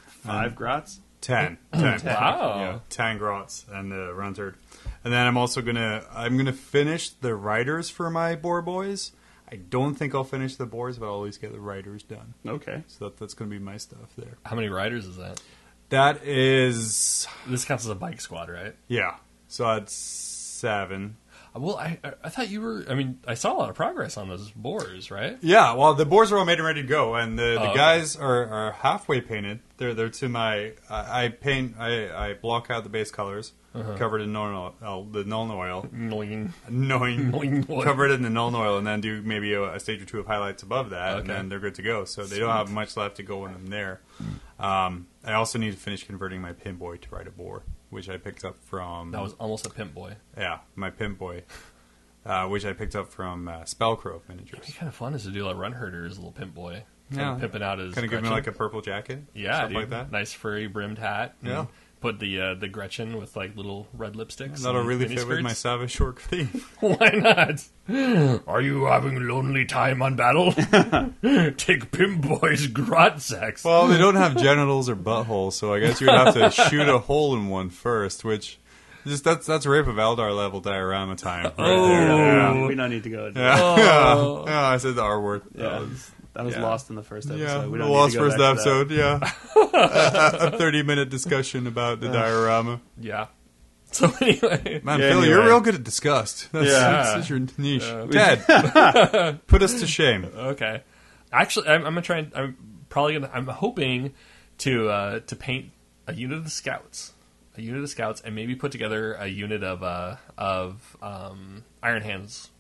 S2: Five grots.
S1: Ten. Ten.
S4: Wow.
S1: Yeah, ten grots and the Runtard. And then I'm also gonna I'm gonna finish the riders for my boar boys. I don't think I'll finish the boars, but I'll at least get the riders done.
S2: Okay.
S1: So that, that's gonna be my stuff there.
S4: How many riders is that?
S1: That is
S4: This counts as a bike squad, right?
S1: yeah. So that's seven.
S4: Uh, Well, I I- I thought you were. I mean, I saw a lot of progress on those boars, right?
S1: Yeah, well, the boars are all made and ready to go, and the,
S4: Oh,
S1: the
S4: okay.
S1: guys are, are halfway painted. They're they're to my I, I paint I, I block out the base colors
S4: Uh-huh.
S1: covered in null oil, the null
S4: [LAUGHS]
S1: oil, [LAUGHS]
S4: Noing.
S1: knowing
S4: Knowing what?
S1: covered in the null oil and then do maybe a, a stage or two of highlights above that and
S4: Okay.
S1: then they're good to go so they don't have much left to go in them there um, i also need to finish converting my pin boy to ride a boar which i picked up from
S4: That was almost a pimp boy.
S1: yeah my pin boy uh, which i picked up from uh, spellcrow miniatures
S4: It'd be kind of fun is to do like run herder as a little pimp boy. Kind
S1: Yeah.
S4: of pimping out his.
S1: kind of give me
S4: Gretchen.
S1: like a purple jacket
S4: yeah,
S1: stuff
S4: dude.
S1: like that
S4: nice furry brimmed hat. and
S1: Yeah.
S4: Put the uh, the Gretchen with like little red lipsticks.
S1: that'll
S4: and
S1: really
S4: mini
S1: fit with my
S4: skirts.
S1: savage short theme
S4: [LAUGHS] Why not? Are you having a lonely time on battle? [LAUGHS] Take Pimp Boy's grot
S1: [LAUGHS]
S4: sex.
S1: Well, they don't have genitals or buttholes, so I guess you would have to shoot a hole in one first, which just that's that's rape of Eldar level diorama time. Right there.
S2: Yeah,
S1: Yeah.
S2: we don't need to go. Into
S1: Yeah.
S2: That.
S1: Yeah. [LAUGHS] Yeah, I said the R word.
S2: Oh. Yeah. That was
S1: yeah.
S2: lost in the first episode.
S1: Yeah,
S2: we
S1: we
S2: don't
S1: the
S2: need to
S1: Lost
S2: go
S1: First
S2: back to that. [LAUGHS]
S1: [LAUGHS] episode. Yeah, a, a- a thirty-minute discussion about the diorama.
S4: Yeah. So [LAUGHS] anyway,
S1: Man,
S2: Yeah,
S1: Phil,
S2: anyway.
S1: you're real good at disgust. That's,
S2: Yeah.
S1: that's, that's your niche. Ted,
S2: [LAUGHS]
S1: put us to shame.
S4: okay. Actually, I'm, I'm gonna try. And, I'm probably gonna. I'm hoping to uh, to paint a unit of the scouts, a unit of the scouts, and maybe put together a unit of uh, of um, Iron Hands.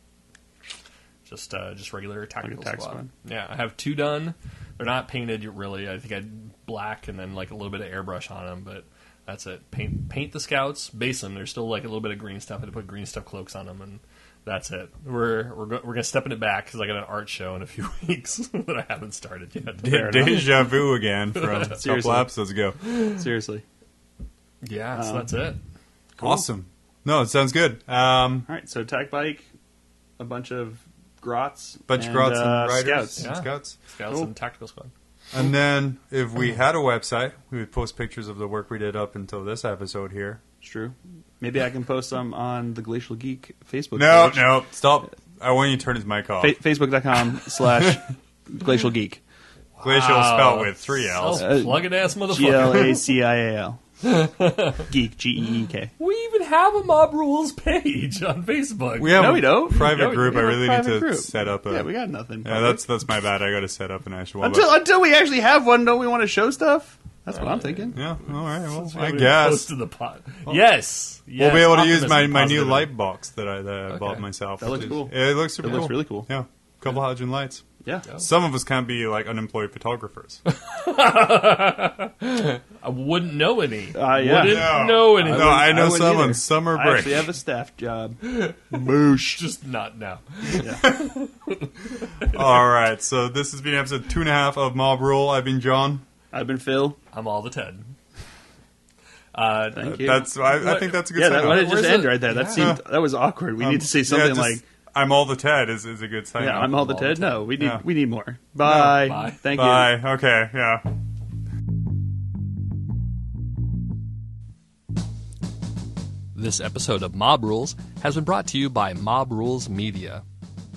S4: Just uh, just regular tactical
S2: attack
S4: squad.
S2: squad.
S4: Yeah, I have two done. They're not painted yet, really. I think I would black and then like a little bit of airbrush on them, but that's it. Paint paint the scouts, base them. There's still like a little bit of green stuff. I had to put green stuff cloaks on them and. That's it. We're we're go- we're gonna step in it back because I got an art show in a [LAUGHS] few weeks that I haven't started yet.
S2: Fair enough.
S1: [LAUGHS] Deja vu again from a couple
S2: [LAUGHS] Seriously.
S1: episodes ago.
S2: Seriously.
S4: Yeah, so
S2: Um,
S4: that's it.
S1: Awesome. No, it sounds good. Um,
S2: All right, so attack bike, a bunch of grots,
S1: bunch of
S2: and,
S1: grots
S2: uh,
S1: and riders,
S2: scouts.
S1: and
S4: Yeah.
S1: scouts.
S4: Scouts
S2: Cool.
S4: and tactical squad.
S1: And then if we had a website, we would post pictures of the work we did up until this episode here.
S2: It's true. Maybe I can post some on the Glacial Geek Facebook.
S1: No,
S2: page.
S1: no, stop. I want you to turn his mic off.
S2: Fa- Facebook.com
S1: [LAUGHS]
S2: slash Glacial Geek.
S1: Glacial
S4: Wow.
S1: spelled with three L's.
S2: Uh,
S4: Plug ass
S2: G L
S4: Oh, motherfucker.
S2: A C I A L. Geek. G E E K.
S4: [LAUGHS] We even have a mob rules page on Facebook.
S1: We have
S2: No,
S1: a
S2: we don't.
S1: private
S2: No, we-
S1: group.
S2: we
S1: I
S2: have a
S1: really need
S2: private
S1: to
S2: group.
S1: set up a.
S2: Yeah, we got nothing.
S1: Yeah, that's that's my bad. I got to set up an actual.
S2: until until we actually have one. Don't we want to show stuff? That's what I'm thinking.
S1: yeah, all right. Well,
S4: Since we
S1: I
S4: haven't
S1: guess
S4: posted the pot. yes,
S1: we'll
S4: yes,
S1: be able to use my,
S4: optimism,
S1: my new
S4: positive.
S1: light box that I, that I bought
S4: Okay.
S1: myself.
S2: That looks
S1: which is-
S2: cool.
S1: Yeah, it looks super
S2: It looks
S1: cool.
S2: really cool.
S1: Yeah, couple halogen lights.
S2: Yeah.
S1: Some of us can't be like unemployed
S2: [LAUGHS]
S1: photographers.
S4: I wouldn't
S6: [LAUGHS]
S4: know any.
S2: Uh, yeah.
S4: Wouldn't
S1: No.
S4: know any.
S1: no, I know
S2: wouldn't
S1: some on
S2: either.
S1: summer
S2: I
S1: break.
S2: actually have a
S1: [LAUGHS]
S2: staff job.
S4: Moosh. Just not now.
S1: All right, so this has been episode two and a half of Mob Rule. I've been John.
S2: I've been Phil.
S4: I'm all the Ted. Uh,
S2: Thank you.
S1: That's I, I
S4: What-
S1: think that's a Um, good
S2: yeah. That,
S1: sign.
S2: why did it
S4: Where's
S2: just end
S4: the-
S2: right there? That
S1: Yeah.
S2: seemed that was awkward. We need to say something like.
S1: I'm all the Ted is, is a good sign.
S2: Yeah,
S1: off.
S2: I'm all the Ted. No, we need
S1: Yeah.
S2: we need more. Bye.
S4: Bye.
S2: Thank you.
S1: Bye. Okay. Yeah.
S6: This episode of Mob Rules has been brought to you by Mob Rules Media.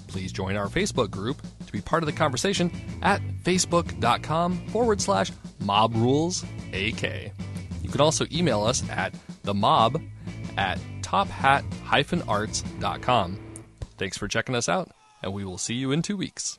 S6: Please join our Facebook group to be part of the conversation at facebook.com forward slash mob rules AK. You can also email us at themob at tophat arts.com. Thanks for checking us out, and we will see you in two weeks.